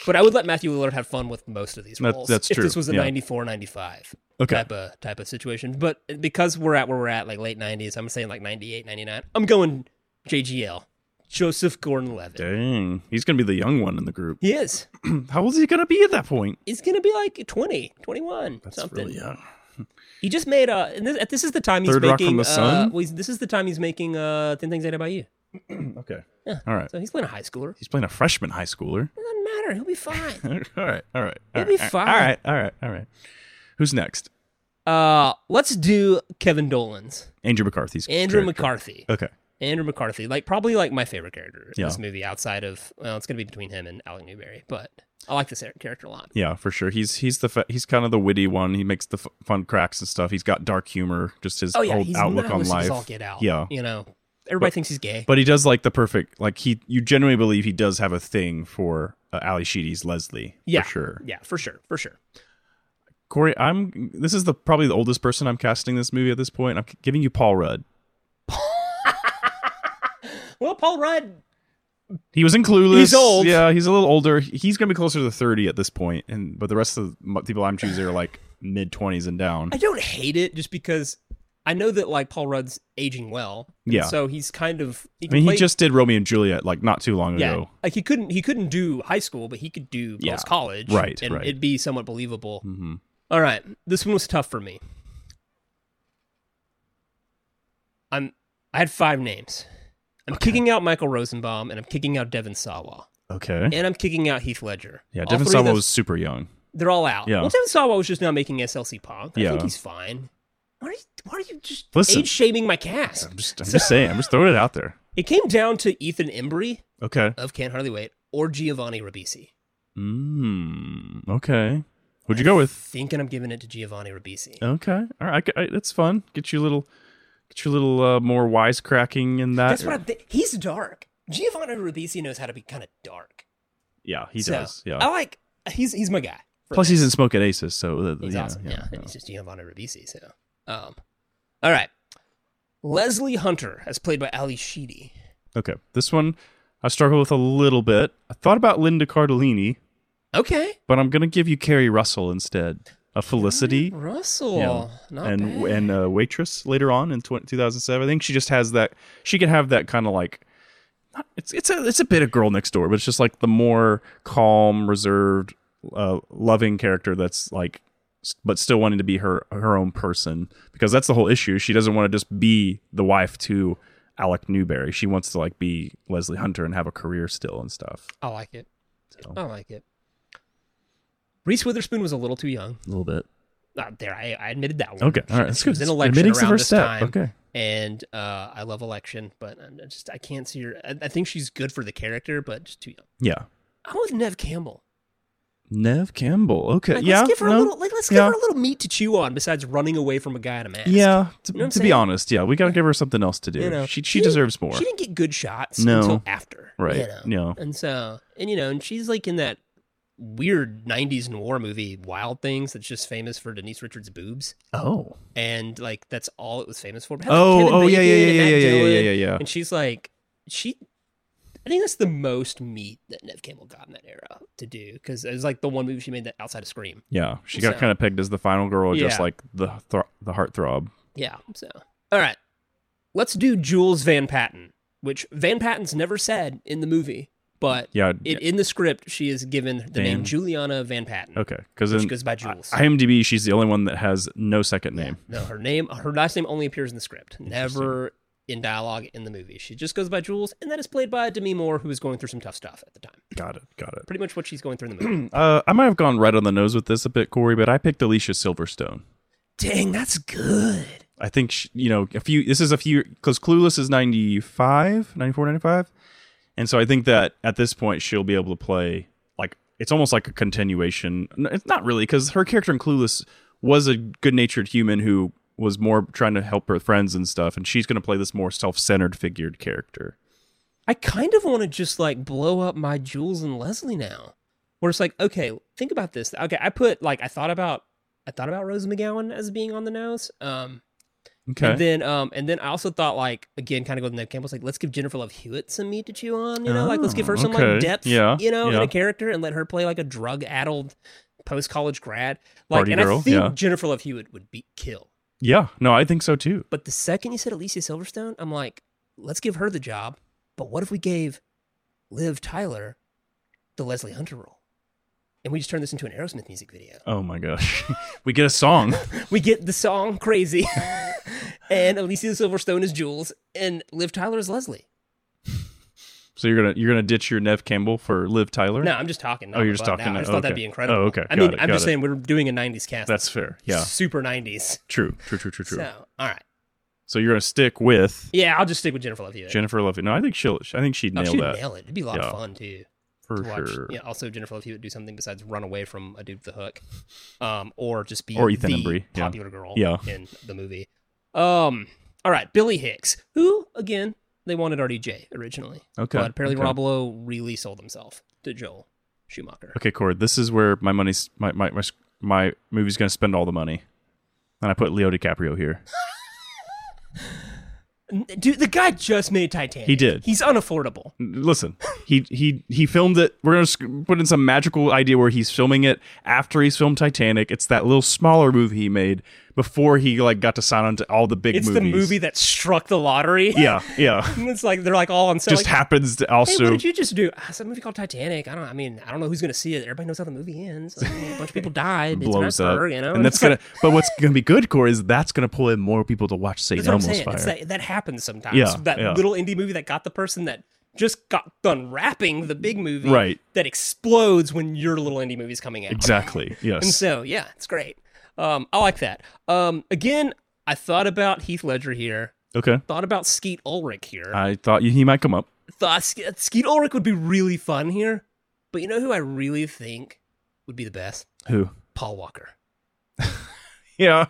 Speaker 1: but I would let Matthew Lillard have fun with most of these
Speaker 2: That-
Speaker 1: roles.
Speaker 2: that's
Speaker 1: if this
Speaker 2: true,
Speaker 1: was a
Speaker 2: yeah.
Speaker 1: ninety four, ninety five.
Speaker 2: Okay.
Speaker 1: type of type of situation. But because we're at where we're at, like late nineties, I'm saying like 98, 99, I'm going JGL, Joseph Gordon-Levitt.
Speaker 2: Dang, he's gonna be the young one in the group.
Speaker 1: He is.
Speaker 2: How old is he gonna be at that point?
Speaker 1: He's gonna be like 20, 21,
Speaker 2: That's
Speaker 1: something.
Speaker 2: really young.
Speaker 1: He just made uh, and this, this is the time he's
Speaker 2: Third Rock
Speaker 1: making.
Speaker 2: from the
Speaker 1: Uh,
Speaker 2: Sun?
Speaker 1: well, he's, this is the time he's making uh, Ten Things I Hate About You.
Speaker 2: Hmm, Okay.
Speaker 1: Yeah.
Speaker 2: All right.
Speaker 1: So he's playing a high schooler.
Speaker 2: He's playing a freshman high schooler. <laughs>
Speaker 1: It doesn't matter. He'll be fine.
Speaker 2: all right. All right. All right.
Speaker 1: It'll be
Speaker 2: all right,
Speaker 1: fine.
Speaker 2: All right. All right. All right. Who's next?
Speaker 1: <laughs> uh, let's do Kevin Dolan's
Speaker 2: Andrew McCarthy's.
Speaker 1: Andrew
Speaker 2: character.
Speaker 1: McCarthy.
Speaker 2: Okay.
Speaker 1: Andrew McCarthy, like probably like my favorite character in
Speaker 2: Yeah.
Speaker 1: this movie outside of well, it's gonna be between him and Alec Newberry, but I like this ar- character a lot.
Speaker 2: Yeah, for sure. He's he's the fa- he's kind of the witty one. He makes the f- fun cracks and stuff. He's got dark humor, just his
Speaker 1: Oh yeah,
Speaker 2: old
Speaker 1: he's
Speaker 2: outlook on
Speaker 1: nihilist as all
Speaker 2: life.
Speaker 1: get out.
Speaker 2: Yeah.
Speaker 1: you know, everybody
Speaker 2: But-
Speaker 1: thinks he's gay.
Speaker 2: But he does like the perfect like he you genuinely believe he does have a thing for uh, Ali Sheedy's Leslie.
Speaker 1: Yeah.
Speaker 2: For sure.
Speaker 1: yeah, for sure, for sure.
Speaker 2: Corey, I'm this is the probably the oldest person I'm casting this movie at this point. I'm giving you Paul Rudd.
Speaker 1: Well, Paul Rudd,
Speaker 2: He was in Clueless.
Speaker 1: He's old.
Speaker 2: Yeah, he's a little older. He's gonna be closer to thirty at this point, and but the rest of the m- people I'm choosing are like mid twenties and down.
Speaker 1: I don't hate it just because I know that like Paul Rudd's aging well. and
Speaker 2: Yeah.
Speaker 1: so he's kind of. He
Speaker 2: I
Speaker 1: can
Speaker 2: mean,
Speaker 1: play-
Speaker 2: he just did Romeo and Juliet like not too long
Speaker 1: yeah,
Speaker 2: ago.
Speaker 1: like he couldn't he couldn't do high school, but he could do
Speaker 2: Yeah.
Speaker 1: post college,
Speaker 2: Right,
Speaker 1: And
Speaker 2: right.
Speaker 1: it'd be somewhat believable.
Speaker 2: hmm
Speaker 1: All right, this one was tough for me. I'm I had five names. I'm kicking out Michael Rosenbaum, and I'm kicking out Devin Sawa,
Speaker 2: Okay.
Speaker 1: and I'm kicking out Heath Ledger.
Speaker 2: Yeah,
Speaker 1: All
Speaker 2: Devin
Speaker 1: three of
Speaker 2: Sawa
Speaker 1: those-
Speaker 2: was super young.
Speaker 1: They're all out.
Speaker 2: Yeah.
Speaker 1: Well, Devin Sawa was just now making SLC Punk. I
Speaker 2: Yeah.
Speaker 1: think he's fine. Why are you, why are you just
Speaker 2: Listen.
Speaker 1: age shaming my cast?
Speaker 2: I'm <laughs> just, I'm just saying. I'm just throwing it out there.
Speaker 1: It came down to Ethan Embry
Speaker 2: Okay.
Speaker 1: of Can't Hardly Wait or Giovanni Ribisi.
Speaker 2: Mm, okay. Who'd you go with? Uh,
Speaker 1: Thinking I'm giving it to Giovanni Ribisi.
Speaker 2: Okay. All right. I, I, that's fun. Get you a little, get you a little uh, more wisecracking in that.
Speaker 1: That's what I'm. Th- he's dark. Giovanni Ribisi knows how to be kind of dark.
Speaker 2: yeah, he
Speaker 1: So,
Speaker 2: does. Yeah.
Speaker 1: I like. He's he's my guy. for
Speaker 2: Plus,
Speaker 1: this.
Speaker 2: he's in Smoke at Aces, so uh,
Speaker 1: he's
Speaker 2: yeah,
Speaker 1: awesome. Yeah,
Speaker 2: yeah, yeah.
Speaker 1: And he's just Giovanni Ribisi. So, um, all right. Leslie Hunter, as played by Ali Sheedy.
Speaker 2: Okay. This one I struggled with a little bit. I thought about Linda Cardellini,
Speaker 1: Okay,
Speaker 2: but I'm gonna give you Carrie Russell instead. A Felicity.
Speaker 1: Russell.
Speaker 2: Yeah.
Speaker 1: Not
Speaker 2: and
Speaker 1: bad.
Speaker 2: and uh, waitress later on in 20, 2007. I think she just has that. She can have that kind of like. not- It's it's a it's a bit of girl next door, but it's just like the more calm, reserved, uh, loving character that's like, s- but still wanting to be her her own person because that's the whole issue. She doesn't want to just be the wife to Alec Newberry. She wants to like be Leslie Hunter and have a career still and stuff.
Speaker 1: I like it.
Speaker 2: So.
Speaker 1: I like it. Reese Witherspoon was a little too young.
Speaker 2: A little bit.
Speaker 1: Ah, there, I, I admitted that one.
Speaker 2: Okay, all right, that's
Speaker 1: She
Speaker 2: good.
Speaker 1: was in election
Speaker 2: Admitting's the
Speaker 1: around
Speaker 2: first
Speaker 1: this
Speaker 2: step.
Speaker 1: time.
Speaker 2: Okay,
Speaker 1: And uh, I love election, but I'm just I can't see her. I, I think she's good for the character, but just too young.
Speaker 2: yeah.
Speaker 1: I'm with Nev Campbell.
Speaker 2: Nev Campbell. Okay.
Speaker 1: Like,
Speaker 2: yeah.
Speaker 1: Let's give her
Speaker 2: no,
Speaker 1: a little. Like, let's
Speaker 2: Yeah.
Speaker 1: give her a little meat to chew on besides running away from a guy in a mask.
Speaker 2: yeah. To,
Speaker 1: You know what I'm
Speaker 2: to be
Speaker 1: saying?
Speaker 2: honest, yeah, we got to give her something else to do.
Speaker 1: You know,
Speaker 2: she, she
Speaker 1: she-
Speaker 2: deserves more.
Speaker 1: She didn't get good shots
Speaker 2: No.
Speaker 1: until after.
Speaker 2: right.
Speaker 1: You know?
Speaker 2: No.
Speaker 1: And so, and you know, and she's like in that weird 90s noir movie, Wild Things, that's just famous for Denise Richards' boobs.
Speaker 2: Oh.
Speaker 1: And like, that's all it was famous for. But had, like,
Speaker 2: Oh.
Speaker 1: Kevin
Speaker 2: Oh. Yeah. Yeah.
Speaker 1: Bacon and
Speaker 2: Yeah. Yeah.
Speaker 1: Matt
Speaker 2: Yeah. Yeah.
Speaker 1: Dillon,
Speaker 2: Yeah. Yeah.
Speaker 1: And she's like, she, I think that's the most meat that Nev Campbell got in that era to do. Cause it was like the one movie she made that outside of Scream.
Speaker 2: Yeah. She got
Speaker 1: So-
Speaker 2: kind of pegged as the final girl, just
Speaker 1: Yeah.
Speaker 2: like the thro- the heartthrob.
Speaker 1: Yeah. So, all right. Let's do Jules Van Patten, which Van Patten's never said in the movie, but
Speaker 2: Yeah.
Speaker 1: It, in the script, she is given the
Speaker 2: Van-
Speaker 1: name Juliana Van Oh, Patten,
Speaker 2: okay. Because
Speaker 1: which
Speaker 2: in
Speaker 1: goes by Jules.
Speaker 2: IMDb, she's the only one that has no second name.
Speaker 1: no, her name, her last name only appears in the script, never in dialogue in the movie. She just goes by Jules, and that is played by Demi Moore, who is going through some tough stuff at the time.
Speaker 2: Got it. Got it.
Speaker 1: Pretty much what she's going through in the movie.
Speaker 2: Uh, I might have gone right on the nose with this a bit, Corey, but I picked Alicia Silverstone.
Speaker 1: <clears throat> Dang, that's good.
Speaker 2: I think sh you know a few. This is a few because Clueless is 95, 94, 95. and so I think that at this point she'll be able to play like it's almost like a continuation. No, It's not really because her character in Clueless was a good-natured human who was more trying to help her friends and stuff, and she's going to play this more self-centered, figured character.
Speaker 1: I kind of want to just like blow up my Jules and Leslie now, where it's like, okay, think about this. Okay, I put like I thought about I thought about Rose McGowan as being on the nose. Um,
Speaker 2: Okay,
Speaker 1: And then, um, and then I also thought, like, again, kind of go to Neve Campbell's, like, let's give Jennifer Love Hewitt some meat to chew on, you know, like, let's give her
Speaker 2: Oh,
Speaker 1: some
Speaker 2: okay.
Speaker 1: like depth,
Speaker 2: Yeah,
Speaker 1: you know, in
Speaker 2: yeah.
Speaker 1: a character, and let her play like a drug-addled post-college grad, like,
Speaker 2: Party
Speaker 1: and
Speaker 2: girl,
Speaker 1: I think
Speaker 2: yeah.
Speaker 1: Jennifer Love Hewitt would be kill.
Speaker 2: yeah, no, I think so too.
Speaker 1: But the second you said Alicia Silverstone, I'm like, let's give her the job. But what if we gave Liv Tyler the Leslie Hunter role, and we just turned this into an Aerosmith music
Speaker 2: <coughs>
Speaker 1: video?
Speaker 2: Oh my gosh, <laughs> we get a song.
Speaker 1: we get the song crazy <laughs> and alicia silverstone is jules and liv tyler is leslie
Speaker 2: So you're gonna you're gonna ditch your Nev Campbell for Liv Tyler?
Speaker 1: no i'm just talking not
Speaker 2: Oh, you're
Speaker 1: my
Speaker 2: just
Speaker 1: butt.
Speaker 2: talking
Speaker 1: No, i
Speaker 2: now.
Speaker 1: just thought that'd
Speaker 2: Okay.
Speaker 1: be incredible
Speaker 2: Oh, okay.
Speaker 1: i
Speaker 2: Got
Speaker 1: mean
Speaker 2: it,
Speaker 1: i'm
Speaker 2: got
Speaker 1: just
Speaker 2: it.
Speaker 1: saying we're doing a 90s cast
Speaker 2: That's fair. Yeah.
Speaker 1: super 90s
Speaker 2: True. True. True. True. True. So,
Speaker 1: so all right
Speaker 2: you're gonna stick with
Speaker 1: yeah i'll just stick with jennifer love hewitt
Speaker 2: Jennifer Love. No, I think she'll. I think she'd
Speaker 1: oh,
Speaker 2: nail
Speaker 1: she'd
Speaker 2: that
Speaker 1: nail it it'd be a lot
Speaker 2: Yeah.
Speaker 1: of fun too
Speaker 2: for
Speaker 1: to watch
Speaker 2: sure.
Speaker 1: yeah also jennifer love hewitt do something besides run away from a dude with a hook um or just be
Speaker 2: Or Ethan
Speaker 1: the
Speaker 2: and Bree, yeah.
Speaker 1: popular girl
Speaker 2: Yeah.
Speaker 1: in the movie um all right billy hicks who again they wanted rdj originally
Speaker 2: Okay.
Speaker 1: But apparently,
Speaker 2: okay.
Speaker 1: Rob Lowe really sold himself to Joel Schumacher.
Speaker 2: Okay, Cord. This is where my money's my my my, my movie's gonna spend all the money, and I put Leo DiCaprio here.
Speaker 1: N- Dude, the guy just made Titanic.
Speaker 2: He did.
Speaker 1: He's unaffordable.
Speaker 2: Listen, he he he filmed it. We're gonna sc- put in some magical idea where he's filming it after he's filmed Titanic. It's that little smaller movie he made before he like got to sign on to all the big
Speaker 1: It's
Speaker 2: movies.
Speaker 1: the movie that struck the lottery.
Speaker 2: Yeah, yeah.
Speaker 1: And <laughs> it's like they're like all on set.
Speaker 2: Just
Speaker 1: like,
Speaker 2: happens to
Speaker 1: Hey,
Speaker 2: also
Speaker 1: what did you just do? Ah, It's a movie called Titanic. I don't. I mean, I don't know who's gonna see it. Everybody knows how the movie ends. Like, a bunch of people died.
Speaker 2: blows
Speaker 1: it's an
Speaker 2: up,
Speaker 1: iceberg, You know?
Speaker 2: and that's
Speaker 1: It's
Speaker 2: gonna.
Speaker 1: <laughs> like-
Speaker 2: but what's gonna be good, Corey, is that's gonna pull in more people to watch St.
Speaker 1: that's what I'm
Speaker 2: Elmo's
Speaker 1: saying.
Speaker 2: Fire.
Speaker 1: It's that, that happens sometimes.
Speaker 2: Yeah,
Speaker 1: that
Speaker 2: yeah.
Speaker 1: little indie movie that got the person that just got done wrapping the big movie.
Speaker 2: Right.
Speaker 1: That explodes when your little indie movie's coming out.
Speaker 2: Exactly. Yes.
Speaker 1: And so, yeah, it's great. Um, I like that. Um, again, I thought about Heath Ledger here.
Speaker 2: okay.
Speaker 1: Thought about Skeet Ulrich here.
Speaker 2: I thought you- he might come up.
Speaker 1: thought Ske- Skeet Ulrich would be really fun here. But you know who I really think would be the best?
Speaker 2: Who?
Speaker 1: Paul Walker.
Speaker 2: Yeah.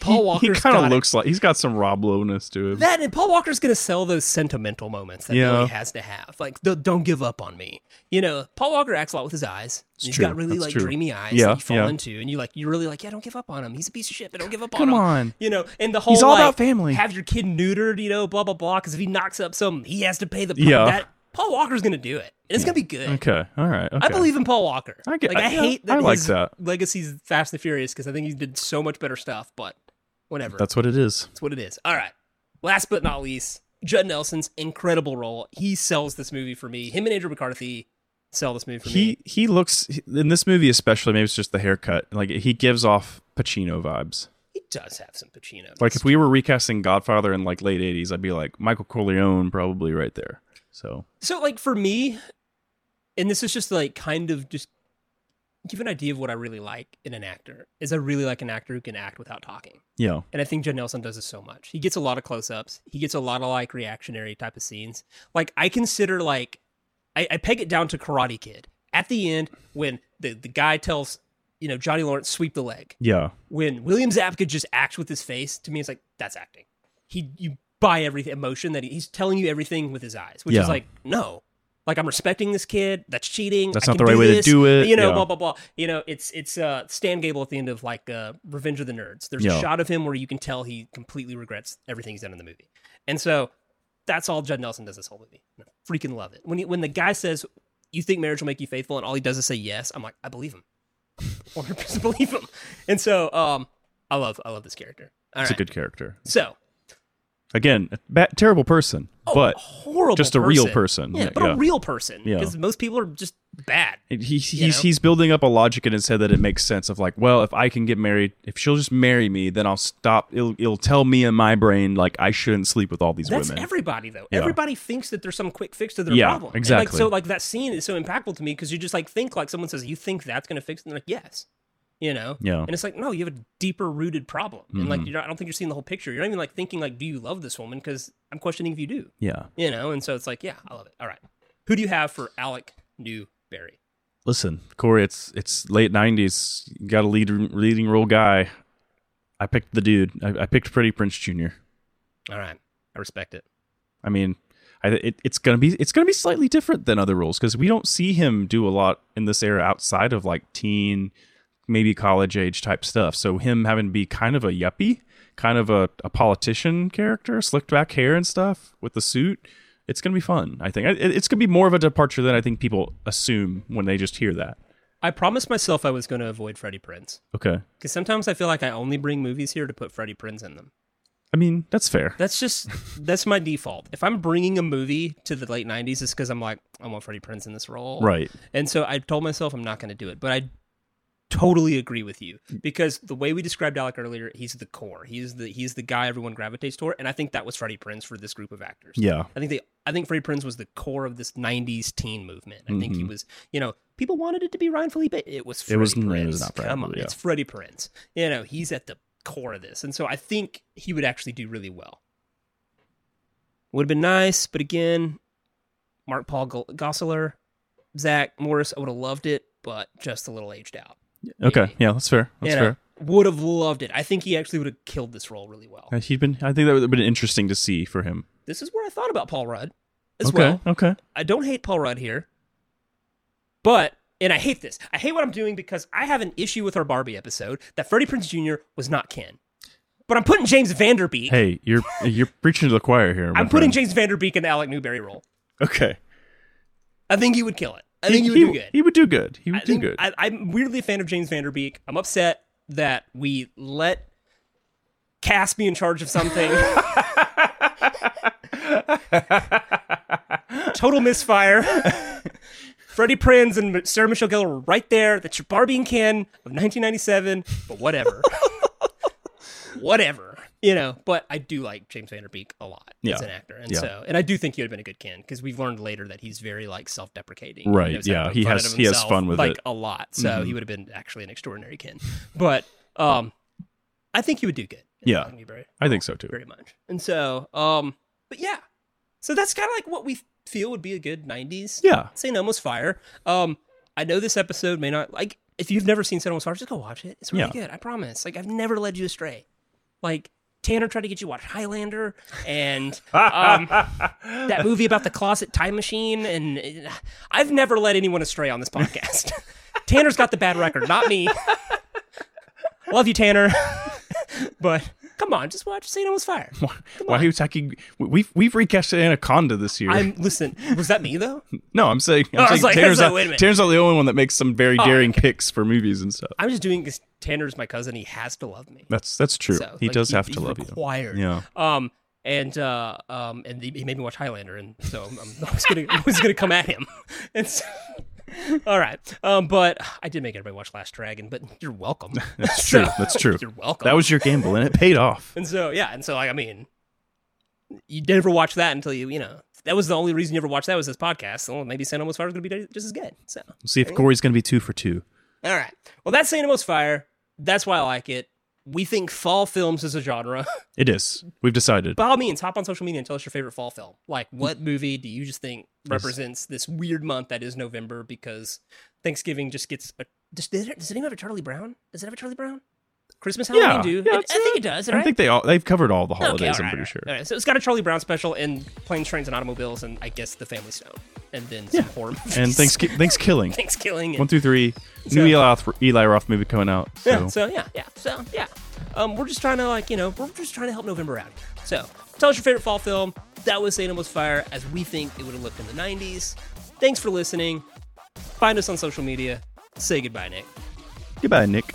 Speaker 1: Paul
Speaker 2: He- He
Speaker 1: Walker's
Speaker 2: kind
Speaker 1: got
Speaker 2: of
Speaker 1: it.
Speaker 2: looks like he's got some Rob Lowness to him.
Speaker 1: That and Paul Walker's gonna sell those sentimental moments that
Speaker 2: Yeah.
Speaker 1: Billy has to have. Like, "Don't- don't give up on me. You know, Paul Walker acts a lot with his eyes.
Speaker 2: It's
Speaker 1: He's
Speaker 2: true.
Speaker 1: got really
Speaker 2: That's
Speaker 1: like
Speaker 2: true.
Speaker 1: dreamy eyes
Speaker 2: Yeah,
Speaker 1: that you fall
Speaker 2: yeah.
Speaker 1: into, and you like you really like, yeah, don't give up on him. He's a piece of shit, but don't give up on
Speaker 2: Come
Speaker 1: him.
Speaker 2: on.
Speaker 1: you know, and the whole
Speaker 2: He's all
Speaker 1: like,
Speaker 2: about family.
Speaker 1: Have your kid neutered, you know, blah blah blah. Because if he knocks up something, he has to pay the.
Speaker 2: Yeah.
Speaker 1: That, Paul Walker's gonna do it. And it's gonna be good.
Speaker 2: Okay. All right. Okay.
Speaker 1: I believe in Paul Walker.
Speaker 2: I get-
Speaker 1: like I
Speaker 2: I- yeah,
Speaker 1: hate that
Speaker 2: I like
Speaker 1: his
Speaker 2: that.
Speaker 1: legacy's Fast and Furious because I think he did so much better stuff. But whatever, that's
Speaker 2: that's what it is.
Speaker 1: what it is. All right. Last but not least, Judd Nelson's incredible role. He sells this movie for me. Him and Andrew McCarthy sell this movie for me.
Speaker 2: He he looks in this movie especially. Maybe it's just the haircut. Like he gives off Pacino vibes.
Speaker 1: He does have some Pacino.
Speaker 2: Like if we were recasting Godfather in like late '80s, I'd be like Michael Corleone probably right there. So
Speaker 1: So like for me, and this is just like kind of just give an idea of what I really like in an actor is I really like an actor who can act without talking.
Speaker 2: yeah.
Speaker 1: And I think Judd Nelson does this so much. He gets a lot of close ups. He gets a lot of like reactionary type of scenes. Like I consider like I, I peg it down to Karate Kid. At the end, when the, the guy tells you know Johnny Lawrence sweep the leg.
Speaker 2: Yeah.
Speaker 1: When William Zabka just acts with his face, to me it's like that's acting. He you buy every emotion that he, he's telling you everything with his eyes, which
Speaker 2: Yeah.
Speaker 1: is like no. Like I'm respecting this kid. That's cheating.
Speaker 2: That's
Speaker 1: I
Speaker 2: not
Speaker 1: can
Speaker 2: the right way to
Speaker 1: this,
Speaker 2: do it.
Speaker 1: You know,
Speaker 2: Yeah.
Speaker 1: blah blah blah. You know, it's it's uh, Stan Gable at the end of like uh, Revenge of the Nerds. There's
Speaker 2: Yeah.
Speaker 1: a shot of him where you can tell he completely regrets everything he's done in the movie, and so that's all Judd Nelson does this whole movie. And I freaking love it. When he, when the guy says, "You think marriage will make you faithful," and all he does is say yes, I'm like, I believe him. <laughs> 100 percent believe him. And so, um, I love I love this character. All
Speaker 2: It's
Speaker 1: right,
Speaker 2: a good character.
Speaker 1: so
Speaker 2: Again, a ba- terrible person,
Speaker 1: oh,
Speaker 2: but
Speaker 1: horrible,
Speaker 2: just a real person.
Speaker 1: yeah,
Speaker 2: Yeah,
Speaker 1: but
Speaker 2: yeah.
Speaker 1: a real person
Speaker 2: Yeah.
Speaker 1: because most people are just bad.
Speaker 2: he, he's
Speaker 1: you know?
Speaker 2: he's building up a logic in his head that it makes sense of like, well, if I can get married, if she'll just marry me, then I'll stop. It'll, it'll tell me in my brain like I shouldn't sleep with all these
Speaker 1: That's
Speaker 2: women.
Speaker 1: everybody though.
Speaker 2: Yeah.
Speaker 1: Everybody thinks that there's some quick fix to their
Speaker 2: Yeah,
Speaker 1: problem. And,
Speaker 2: exactly.
Speaker 1: Like, so like that scene is so impactful to me because you just like think like someone says, "You think that's going to fix?" it? And they're like, "Yes." You know.
Speaker 2: yeah,
Speaker 1: And it's like, no, you have a deeper rooted problem, and
Speaker 2: Mhm.
Speaker 1: like you're not, I don't think you're seeing the whole picture. You're not even like thinking like, "Do you love this woman?" Because I'm questioning if you do.
Speaker 2: yeah.
Speaker 1: You know. And so it's like, yeah, I love it. All right, who do you have for Alec Newberry?
Speaker 2: Listen, Corey, it's it's late '90s. You got a lead, leading role guy. I picked the dude. I, I picked Pretty Prince Jr.
Speaker 1: All right, I respect it.
Speaker 2: I mean, I, it, it's gonna be it's gonna be slightly different than other roles because we don't see him do a lot in this era outside of like teen, maybe college age type stuff. So him having to be kind of a yuppie, kind of a, a politician character, slicked back hair and stuff with the suit. It's gonna be fun. I think it, it's gonna be more of a departure than I think people assume when they just hear that.
Speaker 1: I promised myself I was going to avoid Freddie Prinz
Speaker 2: Okay,
Speaker 1: because sometimes I feel like I only bring movies here to put Freddie Prinz in them.
Speaker 2: I mean that's fair.
Speaker 1: That's just that's my default. If I'm bringing a movie to the late '90s, it's because I'm like I want Freddie Prinze in this role,
Speaker 2: Right.
Speaker 1: And so I told myself I'm not going to do it, but I totally agree with you because the way we described Alec earlier, he's the core. He's the he's the guy everyone gravitates toward, and I think that was Freddie Prinze for this group of actors.
Speaker 2: Yeah.
Speaker 1: I think they I think Freddie Prinze was the core of this '90s teen movement. I think he
Speaker 2: Mhm.
Speaker 1: was, you know, people wanted it to be Ryan Felipe. It was
Speaker 2: It
Speaker 1: Freddie
Speaker 2: was-
Speaker 1: Prinze.
Speaker 2: it was not Ryan,
Speaker 1: Come on,
Speaker 2: yeah.
Speaker 1: it's Freddie Prinze. You know, he's at the core of this, and so I think he would actually do really well. Would have been nice, but again, Mark Paul Go- Gosselaar, Zach Morris, I would have loved it, but just a little aged out.
Speaker 2: Okay. Yeah, that's fair. That's
Speaker 1: You know,
Speaker 2: fair.
Speaker 1: Would have loved it. I think he actually would have killed this role really well.
Speaker 2: Uh, He'd been. I think that would have been interesting to see for him.
Speaker 1: This is where I thought about Paul Rudd as
Speaker 2: okay.
Speaker 1: well.
Speaker 2: Okay.
Speaker 1: I don't hate Paul Rudd here, but and I hate this. I hate what I'm doing because I have an issue with our Barbie episode that Freddie Prince Jr. was not Ken. But I'm putting James Vanderbeek.
Speaker 2: Hey, you're you're preaching to the choir here. my
Speaker 1: I'm putting
Speaker 2: friend.
Speaker 1: James Vanderbeek in the Alec Newberry role.
Speaker 2: Okay.
Speaker 1: I think he would kill it. I think he, would do good.
Speaker 2: He would do good. He would
Speaker 1: I
Speaker 2: do
Speaker 1: think-
Speaker 2: good.
Speaker 1: I, I'm weirdly a fan of James Vanderbeek. I'm upset that we let Cass be in charge of
Speaker 2: <laughs>
Speaker 1: something. Total misfire. Freddie Prinz and Sarah Michelle Gellar were right there. That's your Barbie and Ken of 1997, but
Speaker 2: <laughs>
Speaker 1: whatever. whatever. You know, but I do like James Vanderbeek a lot
Speaker 2: Yeah.
Speaker 1: as an actor, and
Speaker 2: Yeah.
Speaker 1: so and I do think he would have been a good Ken because we've learned later that he's very like self-deprecating,
Speaker 2: Right,
Speaker 1: knows how to
Speaker 2: yeah,
Speaker 1: poke
Speaker 2: he
Speaker 1: fun
Speaker 2: has-
Speaker 1: out of
Speaker 2: he has
Speaker 1: himself,
Speaker 2: fun with
Speaker 1: like,
Speaker 2: it. Mm-hmm.
Speaker 1: a lot. So he would have been actually an extraordinary kin. But um, I think he would do good. in
Speaker 2: Yeah.
Speaker 1: Falcon Newbury
Speaker 2: I think so too.
Speaker 1: very much. And so, um, but yeah, so that's kind of like what we feel would be a good '90s.
Speaker 2: Yeah.
Speaker 1: St. Elmo's Fire. Um, I know this episode may not like if you've never seen St. Elmo's Fire, just go watch it. It's really good. I promise. Like I've never led you astray. Like Tanner tried to get you to watch Highlander and um, that movie about the closet time machine, and uh, I've never led anyone astray on this podcast. Tanner's got the bad record, not me. Love you, Tanner. but come on, just watch St. Elmo's Fire.
Speaker 2: Why are you attacking? we- We've we've recast Anaconda this year.
Speaker 1: I'm listen. Was that me though?
Speaker 2: no, I'm saying, I'm
Speaker 1: I was like-
Speaker 2: saying
Speaker 1: I was
Speaker 2: Tanner's,
Speaker 1: like,
Speaker 2: not,
Speaker 1: wait a minute.
Speaker 2: Tanner's not the only one that makes some very
Speaker 1: Oh,
Speaker 2: daring picks for movies and stuff.
Speaker 1: I'm just doing because Tanner's my cousin. He has to love me.
Speaker 2: That's that's true.
Speaker 1: So,
Speaker 2: he
Speaker 1: like,
Speaker 2: does have
Speaker 1: he's
Speaker 2: to love
Speaker 1: required. <laughs>
Speaker 2: you. Yeah.
Speaker 1: Um, and uh, um, and he, he made me watch Highlander, and so I'm, I'm always gonna I'm always gonna come at him. <laughs> And so, all right, um, but I did make everybody watch Last Dragon, but you're
Speaker 2: <laughs>
Speaker 1: welcome.
Speaker 2: That's
Speaker 1: So-
Speaker 2: true. That's true.
Speaker 1: You're welcome.
Speaker 2: That was your gamble, and it paid off.
Speaker 1: and so yeah, and so like I mean, you never watch that until you you know that was the only reason you ever watched that was this podcast. Well, maybe San Almost Fire is gonna be just as good. So
Speaker 2: We'll see if Corey's going to be two for two.
Speaker 1: all right, well that's San Almost Fire. That's why I like it. we think fall films is a genre. <laughs>
Speaker 2: It is. We've decided.
Speaker 1: By all means, hop on social media and tell us your favorite fall film. Like,
Speaker 2: Mm.
Speaker 1: what movie do you just think represents this weird month that is November? Because Thanksgiving just gets. A, does, does it does it even have a Charlie Brown? Does it have a Charlie Brown? Christmas Halloween
Speaker 2: Yeah,
Speaker 1: do?
Speaker 2: yeah,
Speaker 1: It-
Speaker 2: it's
Speaker 1: I think
Speaker 2: a-
Speaker 1: it does.
Speaker 2: I
Speaker 1: Right?
Speaker 2: think they all they've covered all the
Speaker 1: Okay,
Speaker 2: holidays.
Speaker 1: all
Speaker 2: I'm
Speaker 1: right,
Speaker 2: pretty
Speaker 1: all <laughs>
Speaker 2: sure.
Speaker 1: right. All right, So it's got a Charlie Brown special and planes, trains, and automobiles, and I guess the Family Stone, and then some horror movies. <laughs>
Speaker 2: And thanks, thanks, killing.
Speaker 1: Thanksgiving.
Speaker 2: One,
Speaker 1: And,
Speaker 2: two, three. New
Speaker 1: So-
Speaker 2: Eli Roth, Eli Roth movie coming out. So.
Speaker 1: yeah. So yeah, yeah. So yeah. Um, we're just trying to like you know we're just trying to help November out. here. So tell us your favorite fall film. That was Satan was Fire as we think it would have looked in the '90s. Thanks for listening. Find us on social media. Say goodbye, Nick.
Speaker 2: Goodbye, Nick.